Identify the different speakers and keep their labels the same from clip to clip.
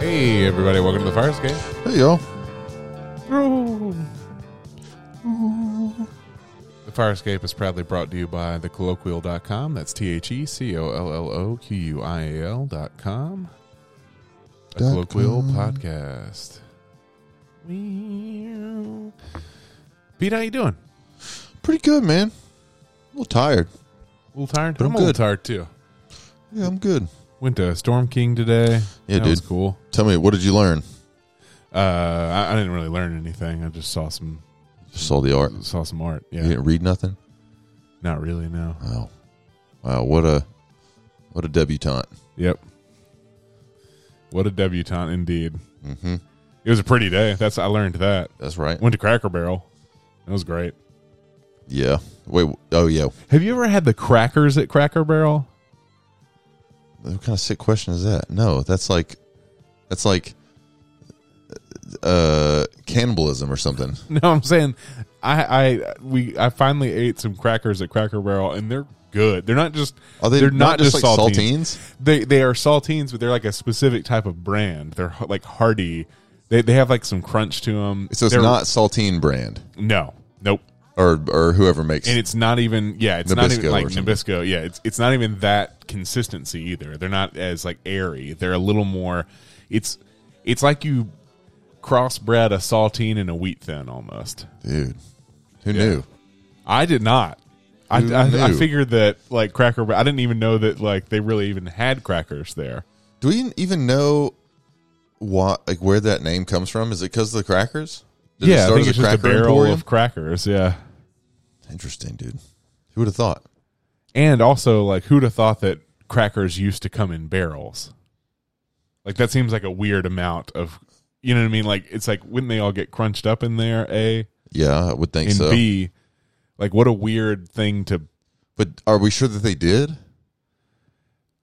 Speaker 1: Hey, everybody, welcome to the Fire Escape.
Speaker 2: Hey y'all.
Speaker 1: The Fire Escape is proudly brought to you by thecolloquial.com. That's T H E C O L L O Q U I A L.com. A
Speaker 2: Dot
Speaker 1: Colloquial
Speaker 2: com.
Speaker 1: Podcast. Pete, how you doing?
Speaker 2: Pretty good, man. A little tired.
Speaker 1: A little tired?
Speaker 2: But I'm
Speaker 1: I'm, a little
Speaker 2: good.
Speaker 1: tired, too.
Speaker 2: Yeah, I'm good.
Speaker 1: Went to Storm King today.
Speaker 2: Yeah,
Speaker 1: that
Speaker 2: dude.
Speaker 1: was cool.
Speaker 2: Tell me, what did you learn?
Speaker 1: Uh, I, I didn't really learn anything. I just saw some
Speaker 2: Just saw the art.
Speaker 1: saw some art. Yeah,
Speaker 2: You didn't read nothing?
Speaker 1: not really. No.
Speaker 2: Wow. Wow, what a what a debutante.
Speaker 1: Yep. What a debutante indeed.
Speaker 2: Mm-hmm.
Speaker 1: It was a pretty day. That's I learned that.
Speaker 2: That's right.
Speaker 1: Went to Cracker Barrel. That was great.
Speaker 2: Yeah. Wait. w- Oh, yeah.
Speaker 1: Have you ever had the crackers at Cracker Barrel?
Speaker 2: What kind of sick question is that? No, that's like, that's like, uh, cannibalism or something.
Speaker 1: No, I'm saying I I we I finally ate some crackers at Cracker Barrel and they're good. They're not just
Speaker 2: Are they
Speaker 1: They're not
Speaker 2: not, just,
Speaker 1: just
Speaker 2: like
Speaker 1: saltines.
Speaker 2: saltines?
Speaker 1: they they are saltines, but they're like a specific type of brand. They're h- like hearty. They they have like some crunch to them.
Speaker 2: So it's
Speaker 1: they're,
Speaker 2: not saltine brand
Speaker 1: no. Nope.
Speaker 2: or or whoever makes.
Speaker 1: and it's not even yeah it's not
Speaker 2: Nabisco
Speaker 1: even like
Speaker 2: or something.
Speaker 1: Nabisco yeah it's it's not even that consistency either they're not as like airy they're a little more it's it's like you crossbred a saltine and a wheat thin almost
Speaker 2: Dude, who knew?
Speaker 1: I did not I,
Speaker 2: Who
Speaker 1: I, I
Speaker 2: knew?
Speaker 1: figured that like cracker I didn't even know that like they really even had crackers there
Speaker 2: Do we even know what like where that name comes from? Is it because of the crackers? Did
Speaker 1: yeah I
Speaker 2: start
Speaker 1: think it's
Speaker 2: as a
Speaker 1: just a
Speaker 2: cracker
Speaker 1: barrel
Speaker 2: emporium?
Speaker 1: of crackers yeah
Speaker 2: Interesting, dude. Who would have thought?
Speaker 1: and also like who'd have thought that crackers used to come in barrels like that seems like a weird amount of you know what i mean like it's like wouldn't they all get crunched up in there a
Speaker 2: Yeah, I would think
Speaker 1: and
Speaker 2: so.
Speaker 1: b like what a weird thing to
Speaker 2: But are we sure that they did?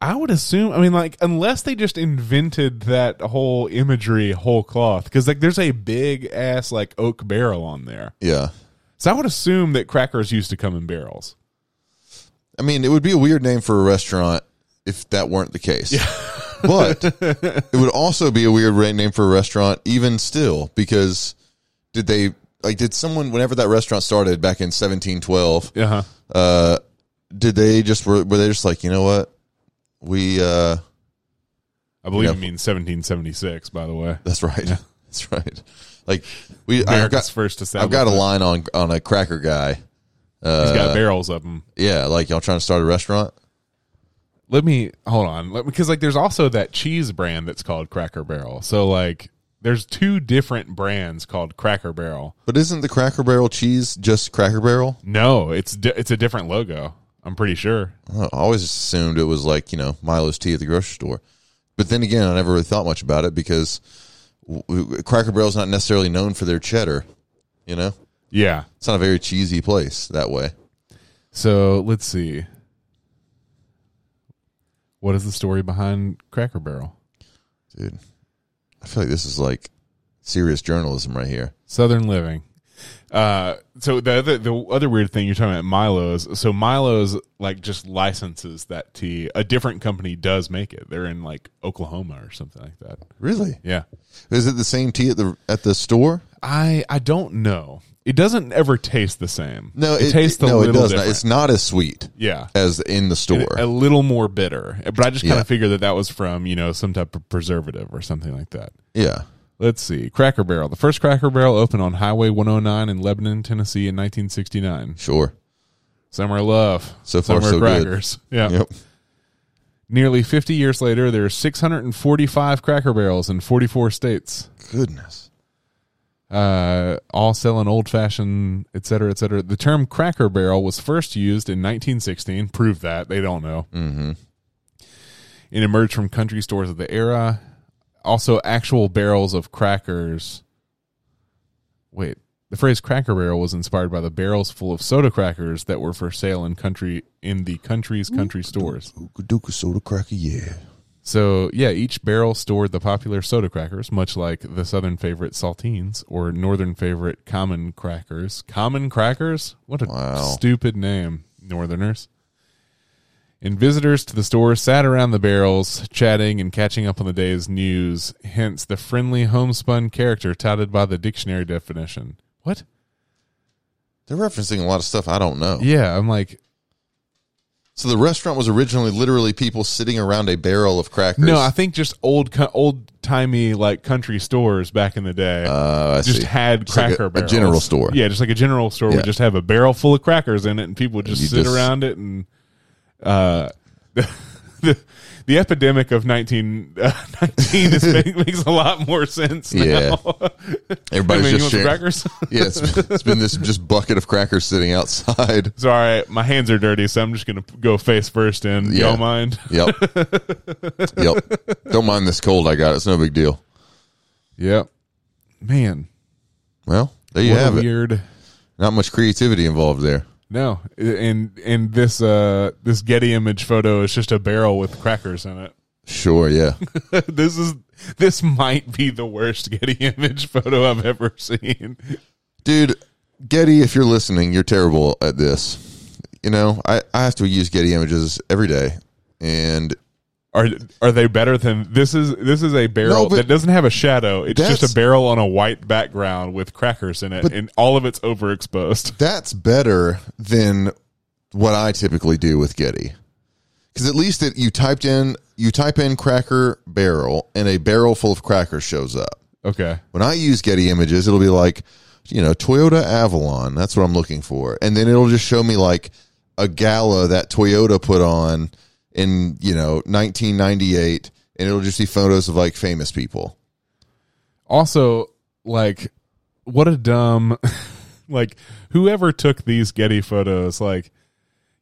Speaker 1: i would assume i mean like unless they just invented that whole imagery whole cloth because like there's a big ass like oak barrel on there
Speaker 2: Yeah.
Speaker 1: so i would assume that crackers used to come in barrels
Speaker 2: I mean, it would be a weird name for a restaurant if that weren't the case. but it would also be a weird ra- name for a restaurant, even still, because did they like did someone whenever that restaurant started back in 1712?
Speaker 1: uh-huh
Speaker 2: Uh, did they just were, were they just like you know what we uh
Speaker 1: i believe
Speaker 2: Yeah.
Speaker 1: it means 1776 by the way
Speaker 2: that's right that's right like we I've
Speaker 1: America's
Speaker 2: got
Speaker 1: first
Speaker 2: I've got a
Speaker 1: establishment.
Speaker 2: line on on a cracker guy Uh,
Speaker 1: He's got barrels of them.
Speaker 2: yeah like y'all trying to start a restaurant
Speaker 1: Let me hold on, let, because like there's also that cheese brand that's called Cracker Barrel. So like there's two different brands called Cracker Barrel.
Speaker 2: but isn't the Cracker Barrel cheese just Cracker Barrel?
Speaker 1: No, it's di- it's a different logo. I'm pretty sure.
Speaker 2: I always assumed it was like you know Milo's tea at the grocery store, but then again, I never really thought much about it because w- w- Cracker Barrel's not necessarily known for their cheddar. You know,
Speaker 1: Yeah.
Speaker 2: it's not a very cheesy place that way.
Speaker 1: So let's see. What is the story behind Cracker Barrel?
Speaker 2: dude. I feel like this is like serious journalism right here.
Speaker 1: Southern Living. Uh, so the other the other weird thing you're talking about Milo's. So Milo's like just licenses that tea. A different company does make it. They're in like Oklahoma or something like that.
Speaker 2: Really?
Speaker 1: Yeah,
Speaker 2: Is it the same tea at the at the store?
Speaker 1: I I don't know. It doesn't ever taste the same.
Speaker 2: No,
Speaker 1: it, tastes a
Speaker 2: no,
Speaker 1: little
Speaker 2: it does
Speaker 1: different.
Speaker 2: not. It's not as sweet
Speaker 1: yeah,
Speaker 2: as in the store.
Speaker 1: a little more bitter. But I just kind
Speaker 2: Yeah.
Speaker 1: of figured that that was from you know some type of preservative or something like that.
Speaker 2: yeah,
Speaker 1: Let's see. Cracker Barrel. The first Cracker Barrel opened on Highway 109 in Lebanon, Tennessee in 1969.
Speaker 2: sure.
Speaker 1: Summer love.
Speaker 2: So far,
Speaker 1: Summer
Speaker 2: so good.
Speaker 1: crackers. Yeah.
Speaker 2: Yep.
Speaker 1: Nearly 50 years later, there are 645 Cracker Barrels in 44 states,
Speaker 2: Goodness.
Speaker 1: uh, all selling old fashioned, et cetera, et cetera. The term Cracker Barrel was first used in 1916. Prove that. They don't know. Mm-hmm. It emerged from country stores of the era. Also, actual barrels of crackers. Wait. The phrase "cracker barrel" was inspired by the barrels full of soda crackers that were for sale in country in the country's country stores.
Speaker 2: Ookadoka soda cracker, yeah.
Speaker 1: So yeah, each barrel stored the popular soda crackers, much like the southern favorite saltines or northern favorite common crackers. Common crackers? What a
Speaker 2: Wow.
Speaker 1: stupid name, northerners. and visitors to the store sat around the barrels, chatting and catching up on the day's news, hence the friendly homespun character touted by the dictionary definition. What?
Speaker 2: They're referencing a lot of stuff I don't know.
Speaker 1: Yeah, I'm like,
Speaker 2: So the restaurant was originally literally people sitting around a barrel of crackers.
Speaker 1: no, I think just old, co- old timey like country stores back in the day.
Speaker 2: uh, I
Speaker 1: just
Speaker 2: see.
Speaker 1: had
Speaker 2: like
Speaker 1: cracker
Speaker 2: a- a
Speaker 1: barrels.
Speaker 2: general store.
Speaker 1: Yeah, just like a general store
Speaker 2: Yeah.
Speaker 1: would just have a barrel full of crackers in it, and people would just
Speaker 2: You
Speaker 1: sit
Speaker 2: just-
Speaker 1: around it. And uh, the, the epidemic of nineteen uh, nineteen is, make, makes a lot more sense. Now.
Speaker 2: Yeah.
Speaker 1: I
Speaker 2: Everybody's
Speaker 1: mean, you want
Speaker 2: just
Speaker 1: some
Speaker 2: sharing.
Speaker 1: crackers?
Speaker 2: yeah, it's been, it's been this just bucket of crackers sitting outside.
Speaker 1: Sorry, my hands are dirty, so I'm just gonna go face first in.
Speaker 2: Yeah.
Speaker 1: Don't mind.
Speaker 2: Yep. yep. Don't mind this cold I got. It's no big deal.
Speaker 1: Yep. Man,
Speaker 2: Well, there you
Speaker 1: what
Speaker 2: have
Speaker 1: a
Speaker 2: it.
Speaker 1: weird.
Speaker 2: Not much creativity involved there.
Speaker 1: No, and and this uh this Getty image photo is just a barrel with crackers in it.
Speaker 2: Sure, yeah.
Speaker 1: this is this might be the worst Getty image photo I've ever seen.
Speaker 2: Dude, Getty, if you're listening, you're terrible at this. You know, I, I have to use Getty images every day. And
Speaker 1: Are are they better than this is this is a barrel
Speaker 2: No, but-
Speaker 1: that doesn't have a shadow. It's just
Speaker 2: That's-
Speaker 1: a barrel on a white background with crackers in it and all of it's overexposed.
Speaker 2: that's better than what I typically do with Getty. Cuz at least that you typed in you type in cracker barrel and a barrel full of crackers shows up.
Speaker 1: Okay.
Speaker 2: When I use Getty images, it'll be like, you know, Toyota Avalon. That's what I'm looking for. And then it'll just show me like a gala that Toyota put on in, you know, 1998. And it'll just be photos of like famous people.
Speaker 1: Also, like what a dumb like whoever took these Getty photos like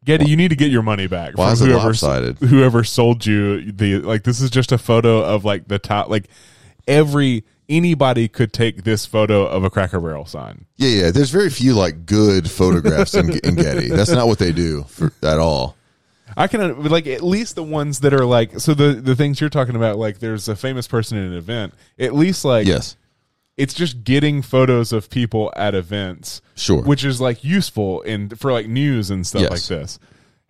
Speaker 1: Getty, you need to get your money back
Speaker 2: Why
Speaker 1: from
Speaker 2: is it
Speaker 1: whoever
Speaker 2: lopsided?
Speaker 1: whoever sold you the like this is just a photo of like the top like every anybody could take this photo of a cracker barrel sign
Speaker 2: Yeah, yeah. There's very few like good photographs in, in Getty. That's not what they do for, at all.
Speaker 1: i can like at least the ones that are like so the the things you're talking about like there's a famous person at an event at least like
Speaker 2: Yes.
Speaker 1: it's just getting photos of people at events
Speaker 2: Sure.
Speaker 1: which is like useful in for like news and stuff
Speaker 2: Yes.
Speaker 1: like this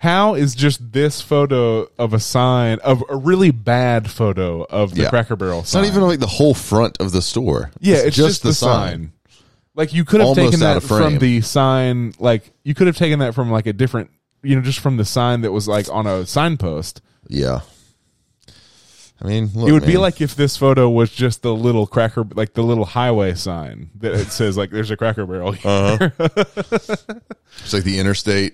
Speaker 1: how is just this photo of a sign of a really bad photo of the
Speaker 2: Yeah.
Speaker 1: cracker barrel
Speaker 2: It's not even like the whole front of the store.
Speaker 1: Yeah, it's, just, the, sign. Like you could have
Speaker 2: Almost
Speaker 1: taken
Speaker 2: out
Speaker 1: that
Speaker 2: of frame.
Speaker 1: from the sign. Like you could have taken that from like a different, you know, just from the sign that was like on a signpost.
Speaker 2: Yeah. I mean, look,
Speaker 1: It would be
Speaker 2: man.
Speaker 1: like if this photo was just the little cracker, like the little highway sign that it says like "There's a Cracker Barrel." here.
Speaker 2: Uh-huh. It's like the interstate.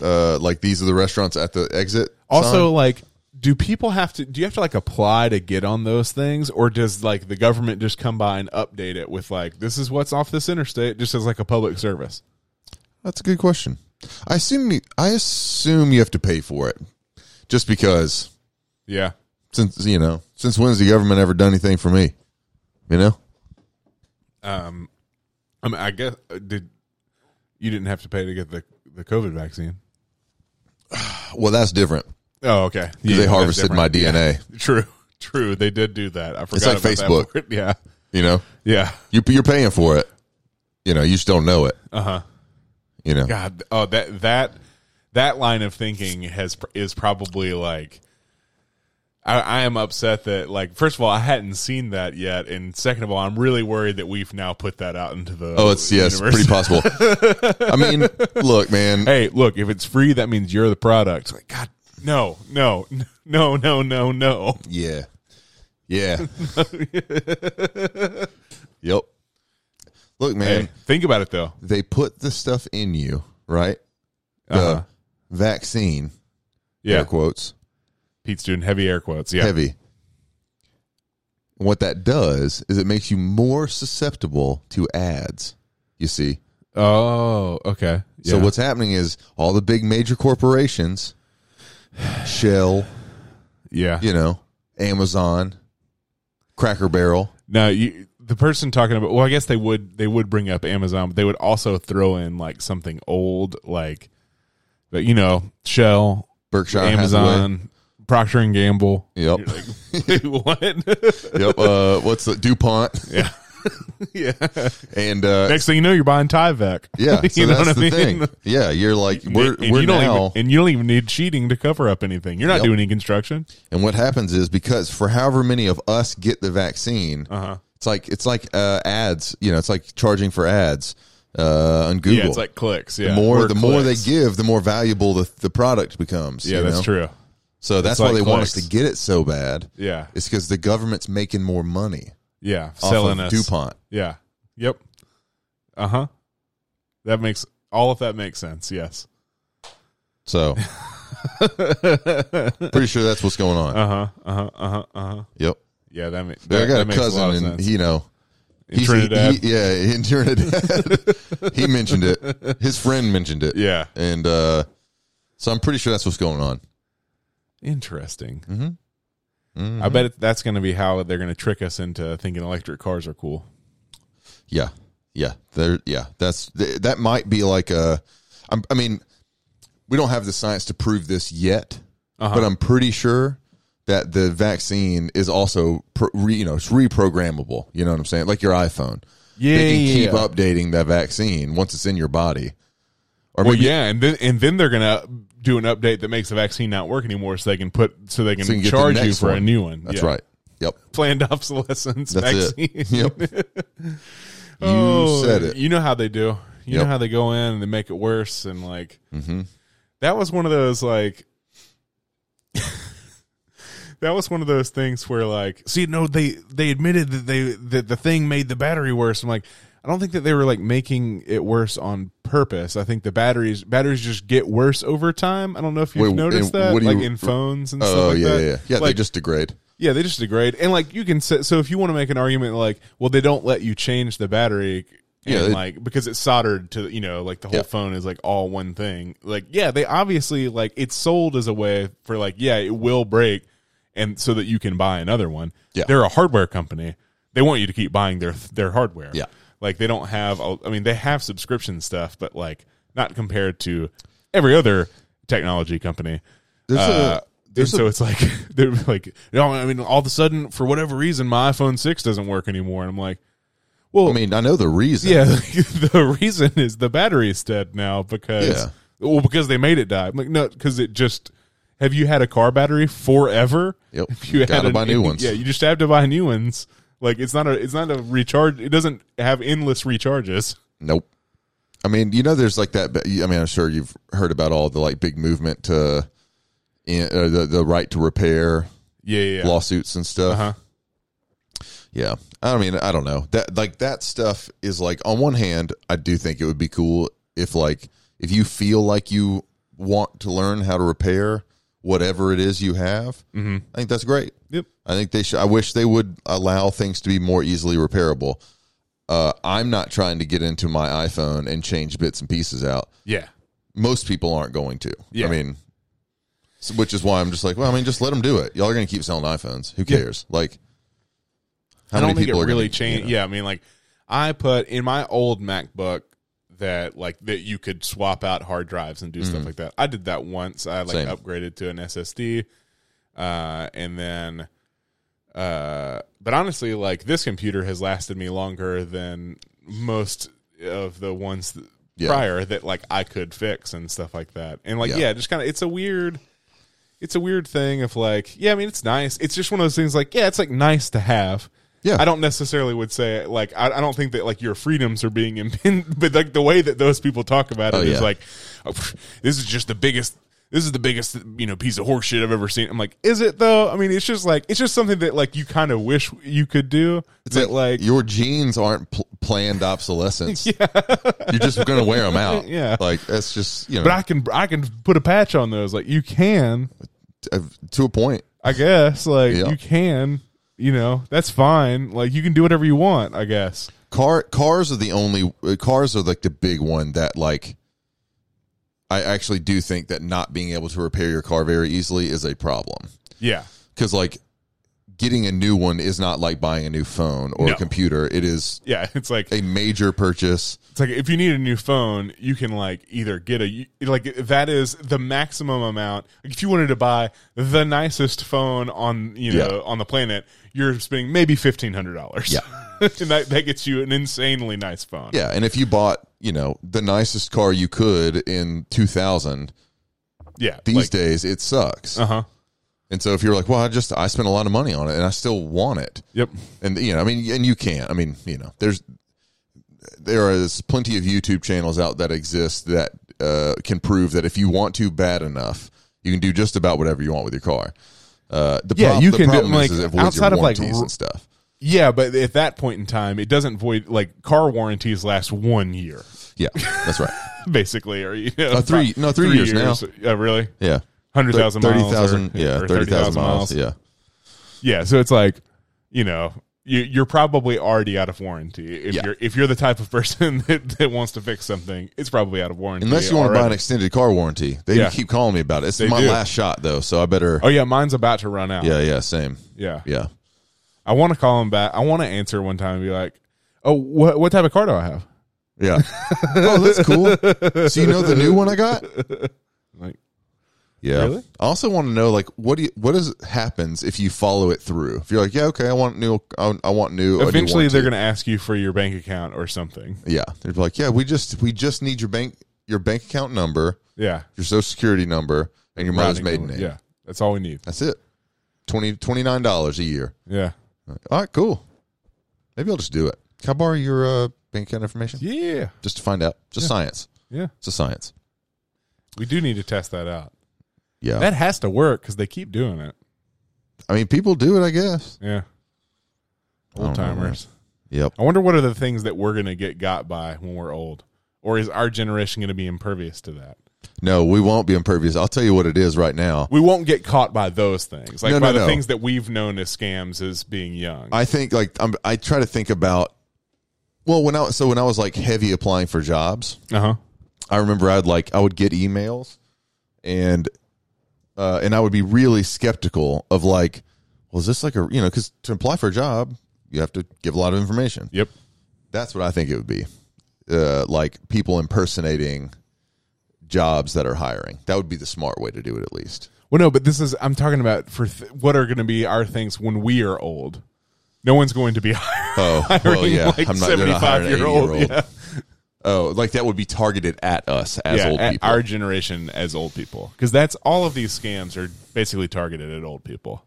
Speaker 2: Uh, like these are the restaurants at the exit.
Speaker 1: also,
Speaker 2: sign.
Speaker 1: like, do people have to? Do you have to like apply to get on those things, or does like the government just come by and update it with like this is what's off this interstate, just as like a public service?
Speaker 2: that's a good question. I assume you, I assume you have to pay for it, just because
Speaker 1: Yeah,
Speaker 2: since you know since when's the government ever done anything for me? You know,
Speaker 1: Um, I mean, I guess uh, did you didn't have to pay to get the the COVID vaccine?
Speaker 2: well that's different. 'cause
Speaker 1: Oh, okay. Yeah,
Speaker 2: they
Speaker 1: that's
Speaker 2: harvested my
Speaker 1: different.
Speaker 2: DNA.
Speaker 1: Yeah. True, true. They did do that. I forgot.
Speaker 2: like
Speaker 1: about
Speaker 2: Facebook.
Speaker 1: That. part. Yeah,
Speaker 2: You know,
Speaker 1: yeah.
Speaker 2: you you're paying for it. You know, you just don't know it.
Speaker 1: Uh huh.
Speaker 2: You know,
Speaker 1: God. Oh, that that that line of thinking has is probably like. I, I am upset that, like, first of all, I hadn't seen that yet, and second of all, I'm really worried that we've now put that out into the
Speaker 2: oh, it's yes,
Speaker 1: universe.
Speaker 2: pretty possible. I mean, look, man,
Speaker 1: hey, look, if it's free, that means you're the product. Like, God, no, no, n- no, no, no, no.
Speaker 2: Yeah. Yeah. yep. Look, man,
Speaker 1: Hey, think about it though.
Speaker 2: they put the stuff in you, right? The
Speaker 1: Uh-huh.
Speaker 2: vaccine,
Speaker 1: Yeah,
Speaker 2: air quotes,
Speaker 1: Pete's doing heavy air quotes. Yeah,
Speaker 2: heavy. What that does is it makes you more susceptible to ads, you see.
Speaker 1: Oh, okay.
Speaker 2: So what's happening is all the big major corporations, Shell,
Speaker 1: Yeah.
Speaker 2: you know, Amazon, Cracker Barrel,
Speaker 1: Now you. The person talking about well, I guess they would they would bring up Amazon, but they would also throw in like something old, like, but you know, Shell,
Speaker 2: Berkshire Hathaway.
Speaker 1: Amazon, Procter and Gamble.
Speaker 2: Yep.
Speaker 1: Like, what?
Speaker 2: yep. Uh, what's the DuPont?
Speaker 1: yeah, yeah.
Speaker 2: and uh,
Speaker 1: Next thing you know, you're buying Tyvek.
Speaker 2: yeah, so
Speaker 1: you know
Speaker 2: that's
Speaker 1: what I
Speaker 2: the
Speaker 1: mean.
Speaker 2: thing. Yeah, you're like we're
Speaker 1: and
Speaker 2: we're
Speaker 1: you don't
Speaker 2: now,
Speaker 1: even, and you don't even need cheating to cover up anything. You're not
Speaker 2: Yep.
Speaker 1: doing any construction.
Speaker 2: and what happens is because for however many of us get the vaccine,
Speaker 1: Uh-huh.
Speaker 2: it's like it's like uh, ads. You know, it's like charging for ads uh, on Google.
Speaker 1: Yeah, it's like clicks. Yeah,
Speaker 2: the more
Speaker 1: Word
Speaker 2: the more they
Speaker 1: clicks.
Speaker 2: give, the more valuable the, the product becomes.
Speaker 1: Yeah,
Speaker 2: you
Speaker 1: that's
Speaker 2: know?
Speaker 1: true.
Speaker 2: So that's
Speaker 1: It's like
Speaker 2: why they want us to
Speaker 1: clicks.
Speaker 2: get it so bad.
Speaker 1: Yeah,
Speaker 2: It's because the government's making more money
Speaker 1: yeah,
Speaker 2: off
Speaker 1: selling us
Speaker 2: of DuPont.
Speaker 1: Yeah. Yep. Uh huh. That makes all of that makes sense. Yes.
Speaker 2: So
Speaker 1: uh huh.
Speaker 2: pretty sure that's what's going on.
Speaker 1: Uh huh. Uh huh. Uh huh.
Speaker 2: yep.
Speaker 1: Yeah, that, ma- that,
Speaker 2: I
Speaker 1: that
Speaker 2: got a
Speaker 1: makes a lot
Speaker 2: cousin,
Speaker 1: of
Speaker 2: and
Speaker 1: sense.
Speaker 2: he, you know,
Speaker 1: In
Speaker 2: he's-
Speaker 1: Trinidad.
Speaker 2: he- yeah, in Trinidad, he mentioned it. His friend mentioned it,
Speaker 1: yeah.
Speaker 2: and uh, so I'm pretty sure that's what's going on.
Speaker 1: Interesting.
Speaker 2: Mhm.
Speaker 1: I bet it, that's going to be how they're going to trick us into thinking electric cars are cool.
Speaker 2: Yeah, yeah, there. Yeah, that's th- that might be like a. I'm, I mean, we don't have the science to prove this yet,
Speaker 1: Uh-huh.
Speaker 2: but uh, I'm pretty sure that the vaccine is also pro, re, you know it's reprogrammable. You know what I'm saying? Like your iPhone,
Speaker 1: Yeah.
Speaker 2: they can keep updating that vaccine once it's in your body. Or
Speaker 1: Well,
Speaker 2: maybe
Speaker 1: yeah, and then and then they're gonna do an update that makes the vaccine not work anymore, so they can put so they can,
Speaker 2: so you can get the
Speaker 1: charge you
Speaker 2: next
Speaker 1: for a
Speaker 2: one.
Speaker 1: new one.
Speaker 2: That's
Speaker 1: Yeah.
Speaker 2: right. Yep.
Speaker 1: Planned obsolescence
Speaker 2: That's
Speaker 1: vaccine.
Speaker 2: it. Yep. you said it.
Speaker 1: Oh, You know how they do. You know
Speaker 2: Yep. Mm-hmm.
Speaker 1: how they go in and they make it worse and like that was one of those like that was one of those things where like see no they they admitted that they that the thing made the battery worse. I'm like I don't think that they were like making it worse on purpose. I think the batteries batteries just get worse over time. I don't know if you've
Speaker 2: Wait,
Speaker 1: noticed
Speaker 2: and
Speaker 1: that
Speaker 2: what do
Speaker 1: like
Speaker 2: you-
Speaker 1: in phones and stuff
Speaker 2: Oh
Speaker 1: like
Speaker 2: yeah,
Speaker 1: that.
Speaker 2: yeah, yeah. Yeah, they
Speaker 1: Like,
Speaker 2: just degrade.
Speaker 1: yeah, they just degrade. And like you can set, so if you want to make an argument like, well, they don't let you change the battery. And
Speaker 2: Yeah, they-
Speaker 1: like because it's soldered to you know like the whole
Speaker 2: Yeah.
Speaker 1: phone is like all one thing. Like yeah, they obviously like it's sold as a way for like yeah it will break, and so that you can buy another one.
Speaker 2: Yeah.
Speaker 1: they're a hardware company. They want you to keep buying their their hardware.
Speaker 2: Yeah.
Speaker 1: like they don't have. a- I mean, they have subscription stuff, but like not compared to every other technology company.
Speaker 2: There's
Speaker 1: Uh,
Speaker 2: a
Speaker 1: and
Speaker 2: there's
Speaker 1: so
Speaker 2: a
Speaker 1: it's like they're like, no, I mean, all of a sudden, for whatever reason, my iPhone six doesn't work anymore, and I'm like,
Speaker 2: I mean, I know the reason.
Speaker 1: yeah, like, the reason is the battery is dead now because
Speaker 2: Yeah.
Speaker 1: well because they made it die. I'm like, no, because it just have you had a car battery forever?
Speaker 2: Yep.
Speaker 1: If you
Speaker 2: Gotta
Speaker 1: an-
Speaker 2: buy new ones.
Speaker 1: Yeah, you just have to buy new ones. Like it's not a it's not a recharge. It doesn't have endless recharges.
Speaker 2: Nope. I mean, you know, there's like that. but you- I mean, I'm sure you've heard about all the like big movement to in, uh, the the right to repair
Speaker 1: Yeah, yeah, yeah.
Speaker 2: lawsuits and stuff.
Speaker 1: Uh-huh.
Speaker 2: Yeah, I mean, I don't know that like that stuff is like on one hand, I do think it would be cool if like if you feel like you want to learn how to repair whatever it is you have. Mm-hmm. I think that's great.
Speaker 1: Yep.
Speaker 2: I think they should. I wish they would allow things to be more easily repairable. Uh, I'm not trying to get into my iPhone and change bits and pieces out.
Speaker 1: Yeah.
Speaker 2: Most people aren't going to.
Speaker 1: Yeah.
Speaker 2: I mean, s- which is why I'm just like, well, I mean, just let them do it. Y'all are going to keep selling iPhones. Who
Speaker 1: Yeah.
Speaker 2: cares? Like,
Speaker 1: I don't think it
Speaker 2: gonna
Speaker 1: really
Speaker 2: be- you
Speaker 1: changed.
Speaker 2: know?
Speaker 1: Yeah, I mean, like I put in my old MacBook that like that you could swap out hard drives and do stuff like that. I did that once. I like
Speaker 2: Mm-hmm. Same.
Speaker 1: upgraded to an SSD, uh, and then, uh, but honestly, like this computer has lasted me longer than most of the ones that,
Speaker 2: Yeah.
Speaker 1: prior that like I could fix and stuff like that. And like,
Speaker 2: Yeah.
Speaker 1: yeah just kind of it's a weird it's a weird thing of like, yeah, I mean, it's nice. It's just one of those things like, yeah, it's like nice to have.
Speaker 2: Yeah.
Speaker 1: I don't necessarily would say like I, I don't think that like your freedoms are being impinged, but like the way that those people talk about it
Speaker 2: Oh,
Speaker 1: is
Speaker 2: yeah.
Speaker 1: like, "Oh, pff, this is just the biggest. This is the biggest you know piece of horseshit I've ever seen. I'm like, is it though? I mean, it's just like it's just something that like you kind of wish you could do.
Speaker 2: It's
Speaker 1: that, like,
Speaker 2: your genes aren't pl- planned obsolescence. You're just going to wear them out.
Speaker 1: Yeah.
Speaker 2: Like that's just, you know,
Speaker 1: but I can I can put a patch on those. Like you can,
Speaker 2: uh, to a point.
Speaker 1: I guess. Like
Speaker 2: Yeah.
Speaker 1: you can, you know, that's fine. Like you can do whatever you want. I guess.
Speaker 2: Car cars are the only uh, cars are like the big one that like I actually do think that not being able to repair your car very easily is a problem
Speaker 1: Yeah.
Speaker 2: because like getting a new one is not like buying a new phone or
Speaker 1: No.
Speaker 2: a computer. It is
Speaker 1: Yeah, it's like
Speaker 2: a major purchase.
Speaker 1: it's like if you need a new phone, you can like either get a like that is the maximum amount. Like if you wanted to buy the nicest phone on you know
Speaker 2: Yeah.
Speaker 1: on the planet, you're spending maybe fifteen hundred dollars.
Speaker 2: Yeah.
Speaker 1: and that, that gets you an insanely nice phone.
Speaker 2: Yeah, and if you bought, you know, the nicest car you could in 2000,
Speaker 1: yeah.
Speaker 2: these days it sucks.
Speaker 1: uh huh.
Speaker 2: And so if you're like, well, I just I spent a lot of money on it and I still want it,
Speaker 1: Yep.
Speaker 2: and you know, I mean, and you can't. I mean, you know, there's there is plenty of YouTube channels out that exist that uh, can prove that if you want to bad enough, you can do just about whatever you want with your car. Uh, the
Speaker 1: Yeah,
Speaker 2: prob-
Speaker 1: you
Speaker 2: the
Speaker 1: can do-
Speaker 2: problem
Speaker 1: like,
Speaker 2: is, is it voids your
Speaker 1: outside of, like,
Speaker 2: warranties
Speaker 1: r-
Speaker 2: and stuff.
Speaker 1: Yeah, but at that point in time, it doesn't void like car warranties last one year,
Speaker 2: Yeah, that's right.
Speaker 1: basically, or you know,
Speaker 2: Uh, three- no, three years now.
Speaker 1: now. Uh, really,
Speaker 2: Yeah,
Speaker 1: hundred thousand,
Speaker 2: thirty thousand. Yeah, thirty thousand miles. Yeah,
Speaker 1: Yeah, so it's like, you know, you, you're probably already out of warranty if
Speaker 2: Yeah.
Speaker 1: you're if you're the type of person that, that wants to fix something. It's probably out of warranty.
Speaker 2: unless you want to buy an
Speaker 1: already.
Speaker 2: extended car warranty, they
Speaker 1: Yeah.
Speaker 2: keep calling me about it. It's
Speaker 1: They
Speaker 2: my
Speaker 1: do.
Speaker 2: last shot though, so I better.
Speaker 1: Oh yeah, mine's about to run out.
Speaker 2: Yeah, yeah, same.
Speaker 1: yeah.
Speaker 2: Yeah,
Speaker 1: I want to call him back. I want to answer one time and be like, "Oh, what what type of car do I have?"
Speaker 2: yeah. oh, that's cool. So you know the new one I got?
Speaker 1: Like,
Speaker 2: Yeah.
Speaker 1: Really?
Speaker 2: I also want to know like what do you, what is happens if you follow it through? If you're like, yeah, okay, I want new, I, I Oh, want new. I do
Speaker 1: eventually
Speaker 2: want
Speaker 1: they're
Speaker 2: to.
Speaker 1: going to ask you for your bank account or something.
Speaker 2: yeah, they're like, yeah, we just we just need your bank your bank account number,
Speaker 1: Yeah.
Speaker 2: your social security number, and your mother's
Speaker 1: Routing
Speaker 2: maiden
Speaker 1: number.
Speaker 2: name.
Speaker 1: Yeah. That's all we need.
Speaker 2: that's it. Twenty twenty nine dollars a year.
Speaker 1: Yeah.
Speaker 2: Like, All right, cool. Maybe I'll just do it. Can I borrow your uh, bank account information
Speaker 1: Yeah.
Speaker 2: just to find out? Just science.
Speaker 1: Yeah.
Speaker 2: It's a science.
Speaker 1: We do need to test that out.
Speaker 2: Yeah,
Speaker 1: That has to work cuz they keep doing it.
Speaker 2: I mean, people do it, I guess.
Speaker 1: Yeah.
Speaker 2: I don't know,
Speaker 1: Old timers.
Speaker 2: Yep.
Speaker 1: I wonder what are the things that we're going to get got by when we're old? Or is our generation going to be impervious to that?
Speaker 2: No, we won't be impervious. I'll tell you what it is right now.
Speaker 1: We won't get caught by those things. Like
Speaker 2: No,
Speaker 1: by
Speaker 2: no,
Speaker 1: the
Speaker 2: no.
Speaker 1: things that we've known as scams as being young.
Speaker 2: I think like I'm, I try to think about. Well, when I so when I was like heavy applying for jobs,
Speaker 1: uh-huh.
Speaker 2: I remember I'd like I would get emails, and uh, and I would be really skeptical of like, well, is this like a you know because to apply for a job you have to give a lot of information.
Speaker 1: Yep.
Speaker 2: That's what I think it would be, uh, like people impersonating jobs that are hiring. That would be the smart way to do it, at least.
Speaker 1: Well, no, but this is I'm talking about for th- what are going to be our things when we are old. No one's going to be
Speaker 2: Oh,
Speaker 1: hiring
Speaker 2: well, yeah.
Speaker 1: like
Speaker 2: I'm not- they're not hiring
Speaker 1: 75
Speaker 2: an
Speaker 1: year old.
Speaker 2: 80-year-old
Speaker 1: Yeah,
Speaker 2: Oh, like that would be targeted at us as
Speaker 1: yeah
Speaker 2: old
Speaker 1: at
Speaker 2: people.
Speaker 1: our generation as old people, because that's all of these scams are basically targeted at old people.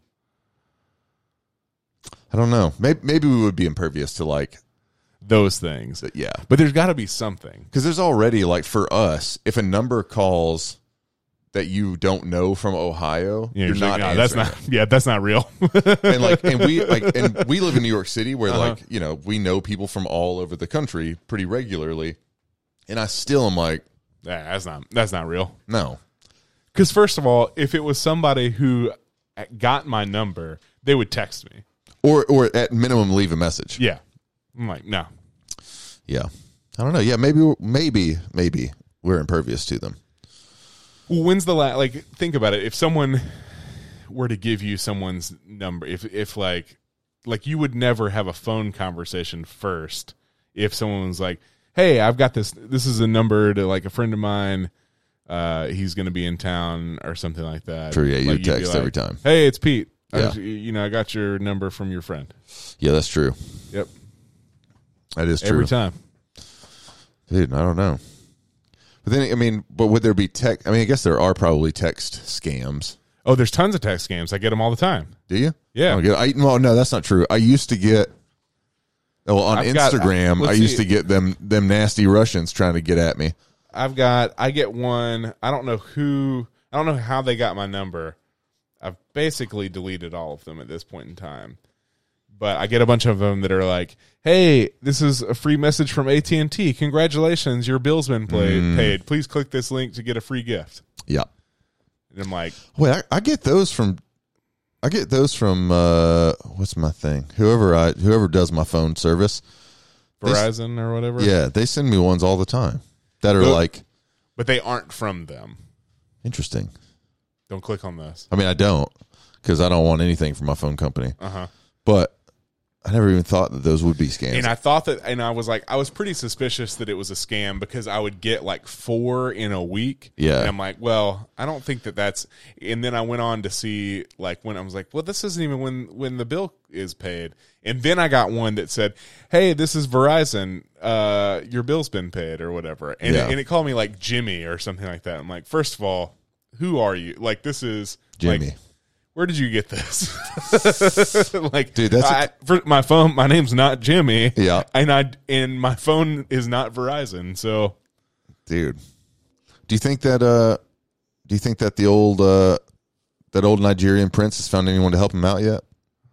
Speaker 2: I don't know. Maybe, maybe we would be impervious to like,
Speaker 1: Those things,
Speaker 2: th- yeah,
Speaker 1: but there's got to be something.
Speaker 2: because there's already like for us, if a number calls that you don't know from Ohio,
Speaker 1: You know,
Speaker 2: you're
Speaker 1: you're
Speaker 2: not.
Speaker 1: like, no, that's
Speaker 2: answering
Speaker 1: not. Yeah, that's not Uh-huh. real.
Speaker 2: it. And like, and we like, and we live in New York City, where like, you know, we know people from all over the country pretty regularly, and I still am like,
Speaker 1: Yeah, that's not that's not real.
Speaker 2: no,
Speaker 1: Because first of all, if it was somebody who got my number, they would text me.
Speaker 2: or or at minimum leave a message.
Speaker 1: Yeah, I'm like, no,
Speaker 2: Yeah, I don't know. Yeah, maybe maybe maybe we're impervious to them.
Speaker 1: Well, when's the last? Like, think about it. If someone were to give you someone's number, if if like like you would never have a phone conversation first. If someone was like, "Hey, I've got this. This is a number to like a friend of mine. Uh, he's going to be in town or something like that."
Speaker 2: True, yeah,
Speaker 1: Like,
Speaker 2: you
Speaker 1: you'd be
Speaker 2: text
Speaker 1: like,
Speaker 2: every time.
Speaker 1: Hey, it's Pete. I
Speaker 2: Yeah.
Speaker 1: was- you know, I got your number from your friend.
Speaker 2: Yeah, that's true.
Speaker 1: Yep,
Speaker 2: That is true.
Speaker 1: every time.
Speaker 2: Dude, I don't know. But then, I mean, but would there be tech? I mean, I guess there are probably text scams.
Speaker 1: Oh, there's tons of text scams. I get them all the time.
Speaker 2: Do you?
Speaker 1: Yeah.
Speaker 2: I, don't get- I well, no, that's not true. I used to get. Well, on
Speaker 1: I've got-
Speaker 2: Instagram,
Speaker 1: let's
Speaker 2: I used
Speaker 1: see.
Speaker 2: to get them them nasty Russians trying to get at me.
Speaker 1: I've got I get one. I don't know who I don't know how they got my number. I've basically deleted all of them at this point in time. But I get a bunch of them that are like, "Hey, this is a free message from AT&T. Congratulations, your bill's been played,
Speaker 2: Mm.
Speaker 1: paid. Please click this link to get a free gift."
Speaker 2: Yeah.
Speaker 1: And I'm like,
Speaker 2: Wait, I, I get those from. I get those from uh, what's my thing? Whoever I whoever does my phone service, This-
Speaker 1: "Verizon or whatever."
Speaker 2: yeah, they send me ones all the time that are
Speaker 1: Who-
Speaker 2: like
Speaker 1: But they aren't from them.
Speaker 2: interesting.
Speaker 1: Don't click on this.
Speaker 2: I mean, I don't because I don't want anything from my phone company.
Speaker 1: Uh huh.
Speaker 2: But I never even thought that those would be scams.
Speaker 1: And I thought that, and I was like, I was pretty suspicious that it was a scam because I would get like four in a week.
Speaker 2: Yeah.
Speaker 1: And I'm like, well, I don't think that that's. And then I went on to see like when I was like, well, this isn't even when when the bill is paid. And then I got one that said, hey, this is Verizon. Uh, your bill's been paid or whatever. And
Speaker 2: Yeah.
Speaker 1: and it called me like Jimmy or something like that. I'm like, first of all, who are you? Like this is like,
Speaker 2: Jimmy.
Speaker 1: where did you get this? like,
Speaker 2: Dude, that's a-
Speaker 1: I, for my phone. My name's not Jimmy.
Speaker 2: Yeah.
Speaker 1: and I and my phone is not Verizon. So
Speaker 2: dude. Do you think that uh do you think that the old uh that old Nigerian prince has found anyone to help him out yet?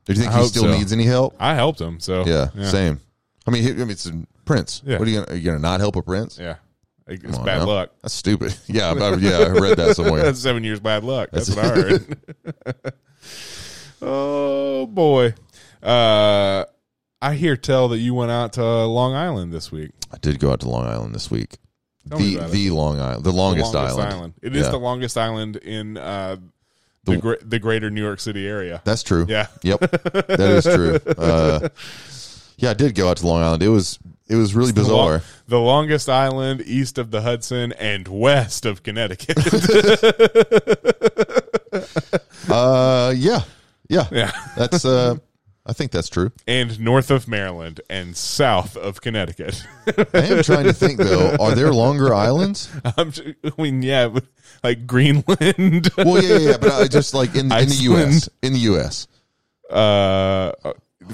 Speaker 2: Or do you think
Speaker 1: I
Speaker 2: he
Speaker 1: hope
Speaker 2: still
Speaker 1: so.
Speaker 2: needs any help?
Speaker 1: I helped him. So
Speaker 2: Yeah,
Speaker 1: yeah,
Speaker 2: same. I mean, he, I mean, it's a prince.
Speaker 1: Yeah.
Speaker 2: What are you gonna, are you gonna not help a prince?
Speaker 1: yeah. It's
Speaker 2: Come on
Speaker 1: bad
Speaker 2: now.
Speaker 1: luck.
Speaker 2: That's stupid. Yeah, I, I- yeah, I read that somewhere.
Speaker 1: That's seven years bad luck. That's what I heard. oh boy, uh, I hear tell that you went out to Long Island this week.
Speaker 2: I did go out to Long Island this week.
Speaker 1: Tell me
Speaker 2: the
Speaker 1: about it.
Speaker 2: the Long Island, the
Speaker 1: The
Speaker 2: longest, island.
Speaker 1: It is
Speaker 2: Yeah.
Speaker 1: the longest island in uh, the
Speaker 2: The-
Speaker 1: the, the greater New York City area.
Speaker 2: That's true.
Speaker 1: Yeah.
Speaker 2: Yep. That is true. Uh, yeah, I did go out to Long Island. It was it was really
Speaker 1: The lo-
Speaker 2: bizarre.
Speaker 1: The, longest island east of the Hudson and west of Connecticut.
Speaker 2: Uh, yeah, yeah,
Speaker 1: Yeah.
Speaker 2: That's uh, I think that's true.
Speaker 1: and north of Maryland and south of Connecticut.
Speaker 2: I am trying to think though. Are there longer islands?
Speaker 1: I'm ju- I mean, yeah, but, like Greenland.
Speaker 2: Well, yeah, yeah, yeah but I just like in in the U.S.
Speaker 1: Iceland.
Speaker 2: in the U.S.
Speaker 1: Uh,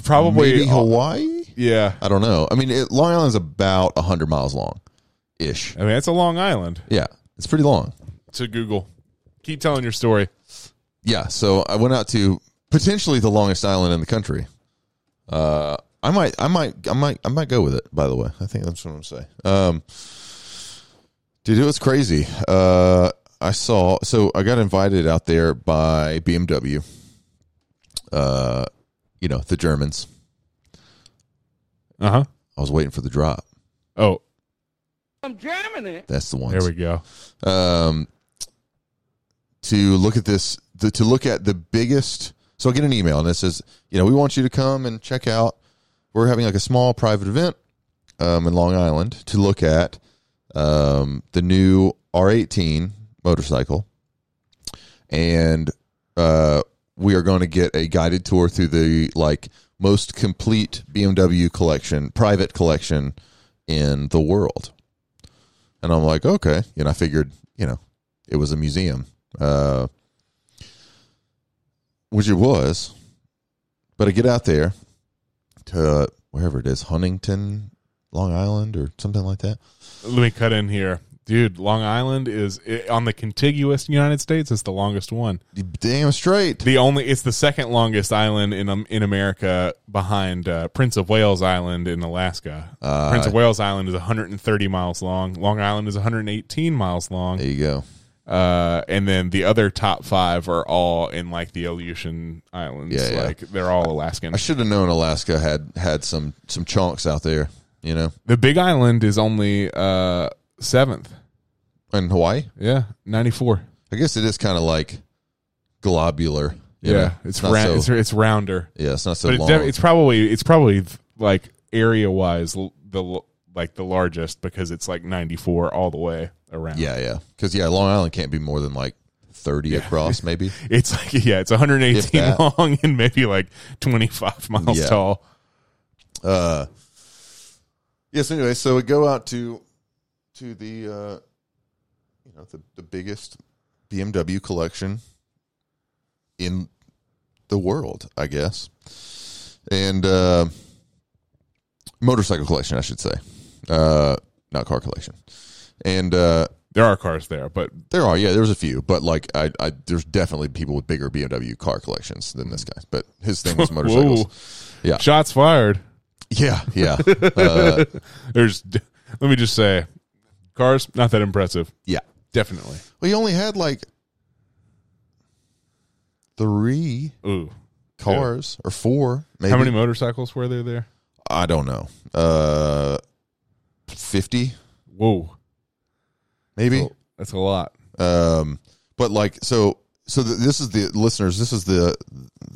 Speaker 1: probably. uh,
Speaker 2: Maybe Hawaii.
Speaker 1: yeah.
Speaker 2: I don't know. I mean, it, Long Island's about hundred miles long, ish.
Speaker 1: I mean, it's a long island
Speaker 2: Yeah, it's pretty long.
Speaker 1: to Google. Keep telling your story.
Speaker 2: Yeah, so I went out to potentially the longest island in the country. Uh, I might, I might, I might, I might go with it. By the way, I think that's what I'm gonna say. Um, dude, it was crazy. Uh, I saw, so I got invited out there by BMW. Uh, you know the Germans.
Speaker 1: Uh huh.
Speaker 2: I was waiting for the drop.
Speaker 1: Oh,
Speaker 3: from Germany.
Speaker 2: That's the one.
Speaker 1: there we go.
Speaker 2: um, to look at this, the, to look at the biggest. So I get an email and it says, you know, we want you to come and check out. We're having like a small private event um, in Long Island to look at um, the new R18 motorcycle, and uh, we are going to get a guided tour through the like most complete BMW collection, private collection in the world. And I'm like, okay. And I figured, you know, it was a museum, uh, which it was. But I get out there to uh, wherever it is, Huntington, Long Island, or something like that.
Speaker 1: Let me cut in here. Dude, Long Island is i on the contiguous United States. It's the longest one.
Speaker 2: Damn straight.
Speaker 1: the only it's the second longest island in um, in America behind uh, Prince of Wales Island in Alaska.
Speaker 2: Uh,
Speaker 1: Prince of Wales Island is 130 miles long. Long Island is 118 miles long.
Speaker 2: There you go.
Speaker 1: Uh, and then the other top five are all in like the Aleutian Islands.
Speaker 2: Yeah, yeah.
Speaker 1: Like they're all Alaskan.
Speaker 2: I should have known Alaska had had some some chunks out there, you know,
Speaker 1: The Big Island is only uh seventh.
Speaker 2: in Hawaii.
Speaker 1: Yeah, 94.
Speaker 2: I guess it is kind of like globular. you
Speaker 1: Yeah,
Speaker 2: know?
Speaker 1: it's
Speaker 2: not
Speaker 1: round.
Speaker 2: so-
Speaker 1: it's, it's rounder.
Speaker 2: yeah, it's not so
Speaker 1: but it's,
Speaker 2: long.
Speaker 1: def- it's probably it's probably like area wise the l- like the largest because it's like 94 all the way around.
Speaker 2: Yeah, yeah. Because yeah, Long Island can't be more than like thirty across, maybe.
Speaker 1: It's like yeah, it's
Speaker 2: If
Speaker 1: 118
Speaker 2: that.
Speaker 1: long and maybe like 25 miles
Speaker 2: Yeah.
Speaker 1: tall.
Speaker 2: Uh, yes. Anyway, so we go out to to the uh, you know the the biggest BMW collection in the world, I guess, and uh, motorcycle collection, I should say, uh, not car collection, and. Uh,
Speaker 1: There are cars there, but
Speaker 2: There are, yeah. There's a few, but like, I, I there's definitely people with bigger BMW car collections than this guy. But his thing was motorcycles.
Speaker 1: Hmm. whoa,
Speaker 2: Yeah.
Speaker 1: shots fired.
Speaker 2: yeah, yeah, uh,
Speaker 1: There's d- let me just say, cars not that impressive.
Speaker 2: yeah.
Speaker 1: Definitely.
Speaker 2: Well, he only had like three
Speaker 1: Ooh,
Speaker 2: cars or four. Maybe
Speaker 1: how many motorcycles were there there?
Speaker 2: I don't know. Uh, fifty
Speaker 1: Whoa,
Speaker 2: maybe. Eh.
Speaker 1: that's a lot.
Speaker 2: Um, but like, so so th this is the listeners. This is the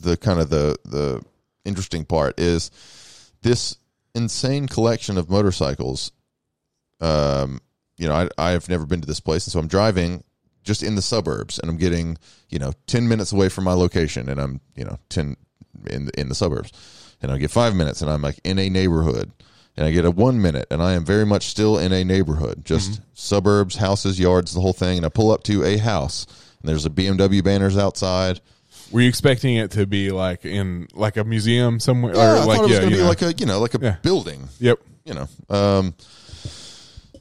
Speaker 2: the kind of the the interesting part is this insane collection of motorcycles. Um, you know, I I've never been to this place, and so I'm driving just in the suburbs, and I'm getting you know ten minutes away from my location, and I'm you know ten in the- in the suburbs, and I get five minutes, and I'm like in a neighborhood. And I get a one minute, and I am very much still in a neighborhood, just suburbs, houses, yards, the whole thing. And I pull up to a house, and there's a BMW banners outside,
Speaker 1: Were you expecting it to be like in like a museum somewhere?
Speaker 2: Yeah,
Speaker 1: or
Speaker 2: Oh, I
Speaker 1: like,
Speaker 2: thought it was
Speaker 1: yeah,
Speaker 2: going to
Speaker 1: you
Speaker 2: be
Speaker 1: know.
Speaker 2: like a you know like a
Speaker 1: Yeah.
Speaker 2: building,
Speaker 1: Yep.
Speaker 2: you know, um,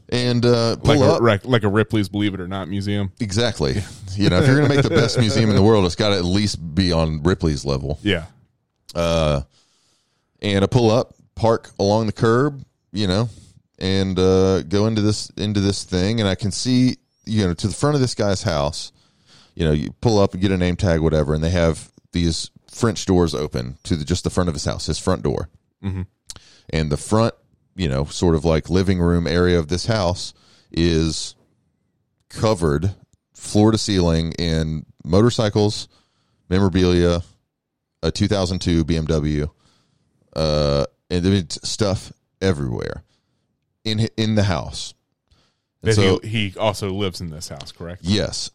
Speaker 2: and uh, pull
Speaker 1: Like
Speaker 2: up
Speaker 1: a, like, like a Ripley's Believe It or Not museum.
Speaker 2: exactly. You know, if you're going to make the best museum in the world, it's got to at least be on Ripley's level.
Speaker 1: Yeah.
Speaker 2: Uh, and I pull up, park along the curb, you know, and uh, go into this into this thing, and I can see you know to the front of this guy's house. You know, you pull up and get a name tag, whatever, and they have these French doors open to the, just the front of his house, his front door, and the front, you know, sort of like living room area of this house is covered floor to ceiling in motorcycles, memorabilia, a 2002 BMW, uh, and there was stuff everywhere in in the house. And
Speaker 1: That
Speaker 2: so
Speaker 1: he, he also lives in this house, correct?
Speaker 2: yes,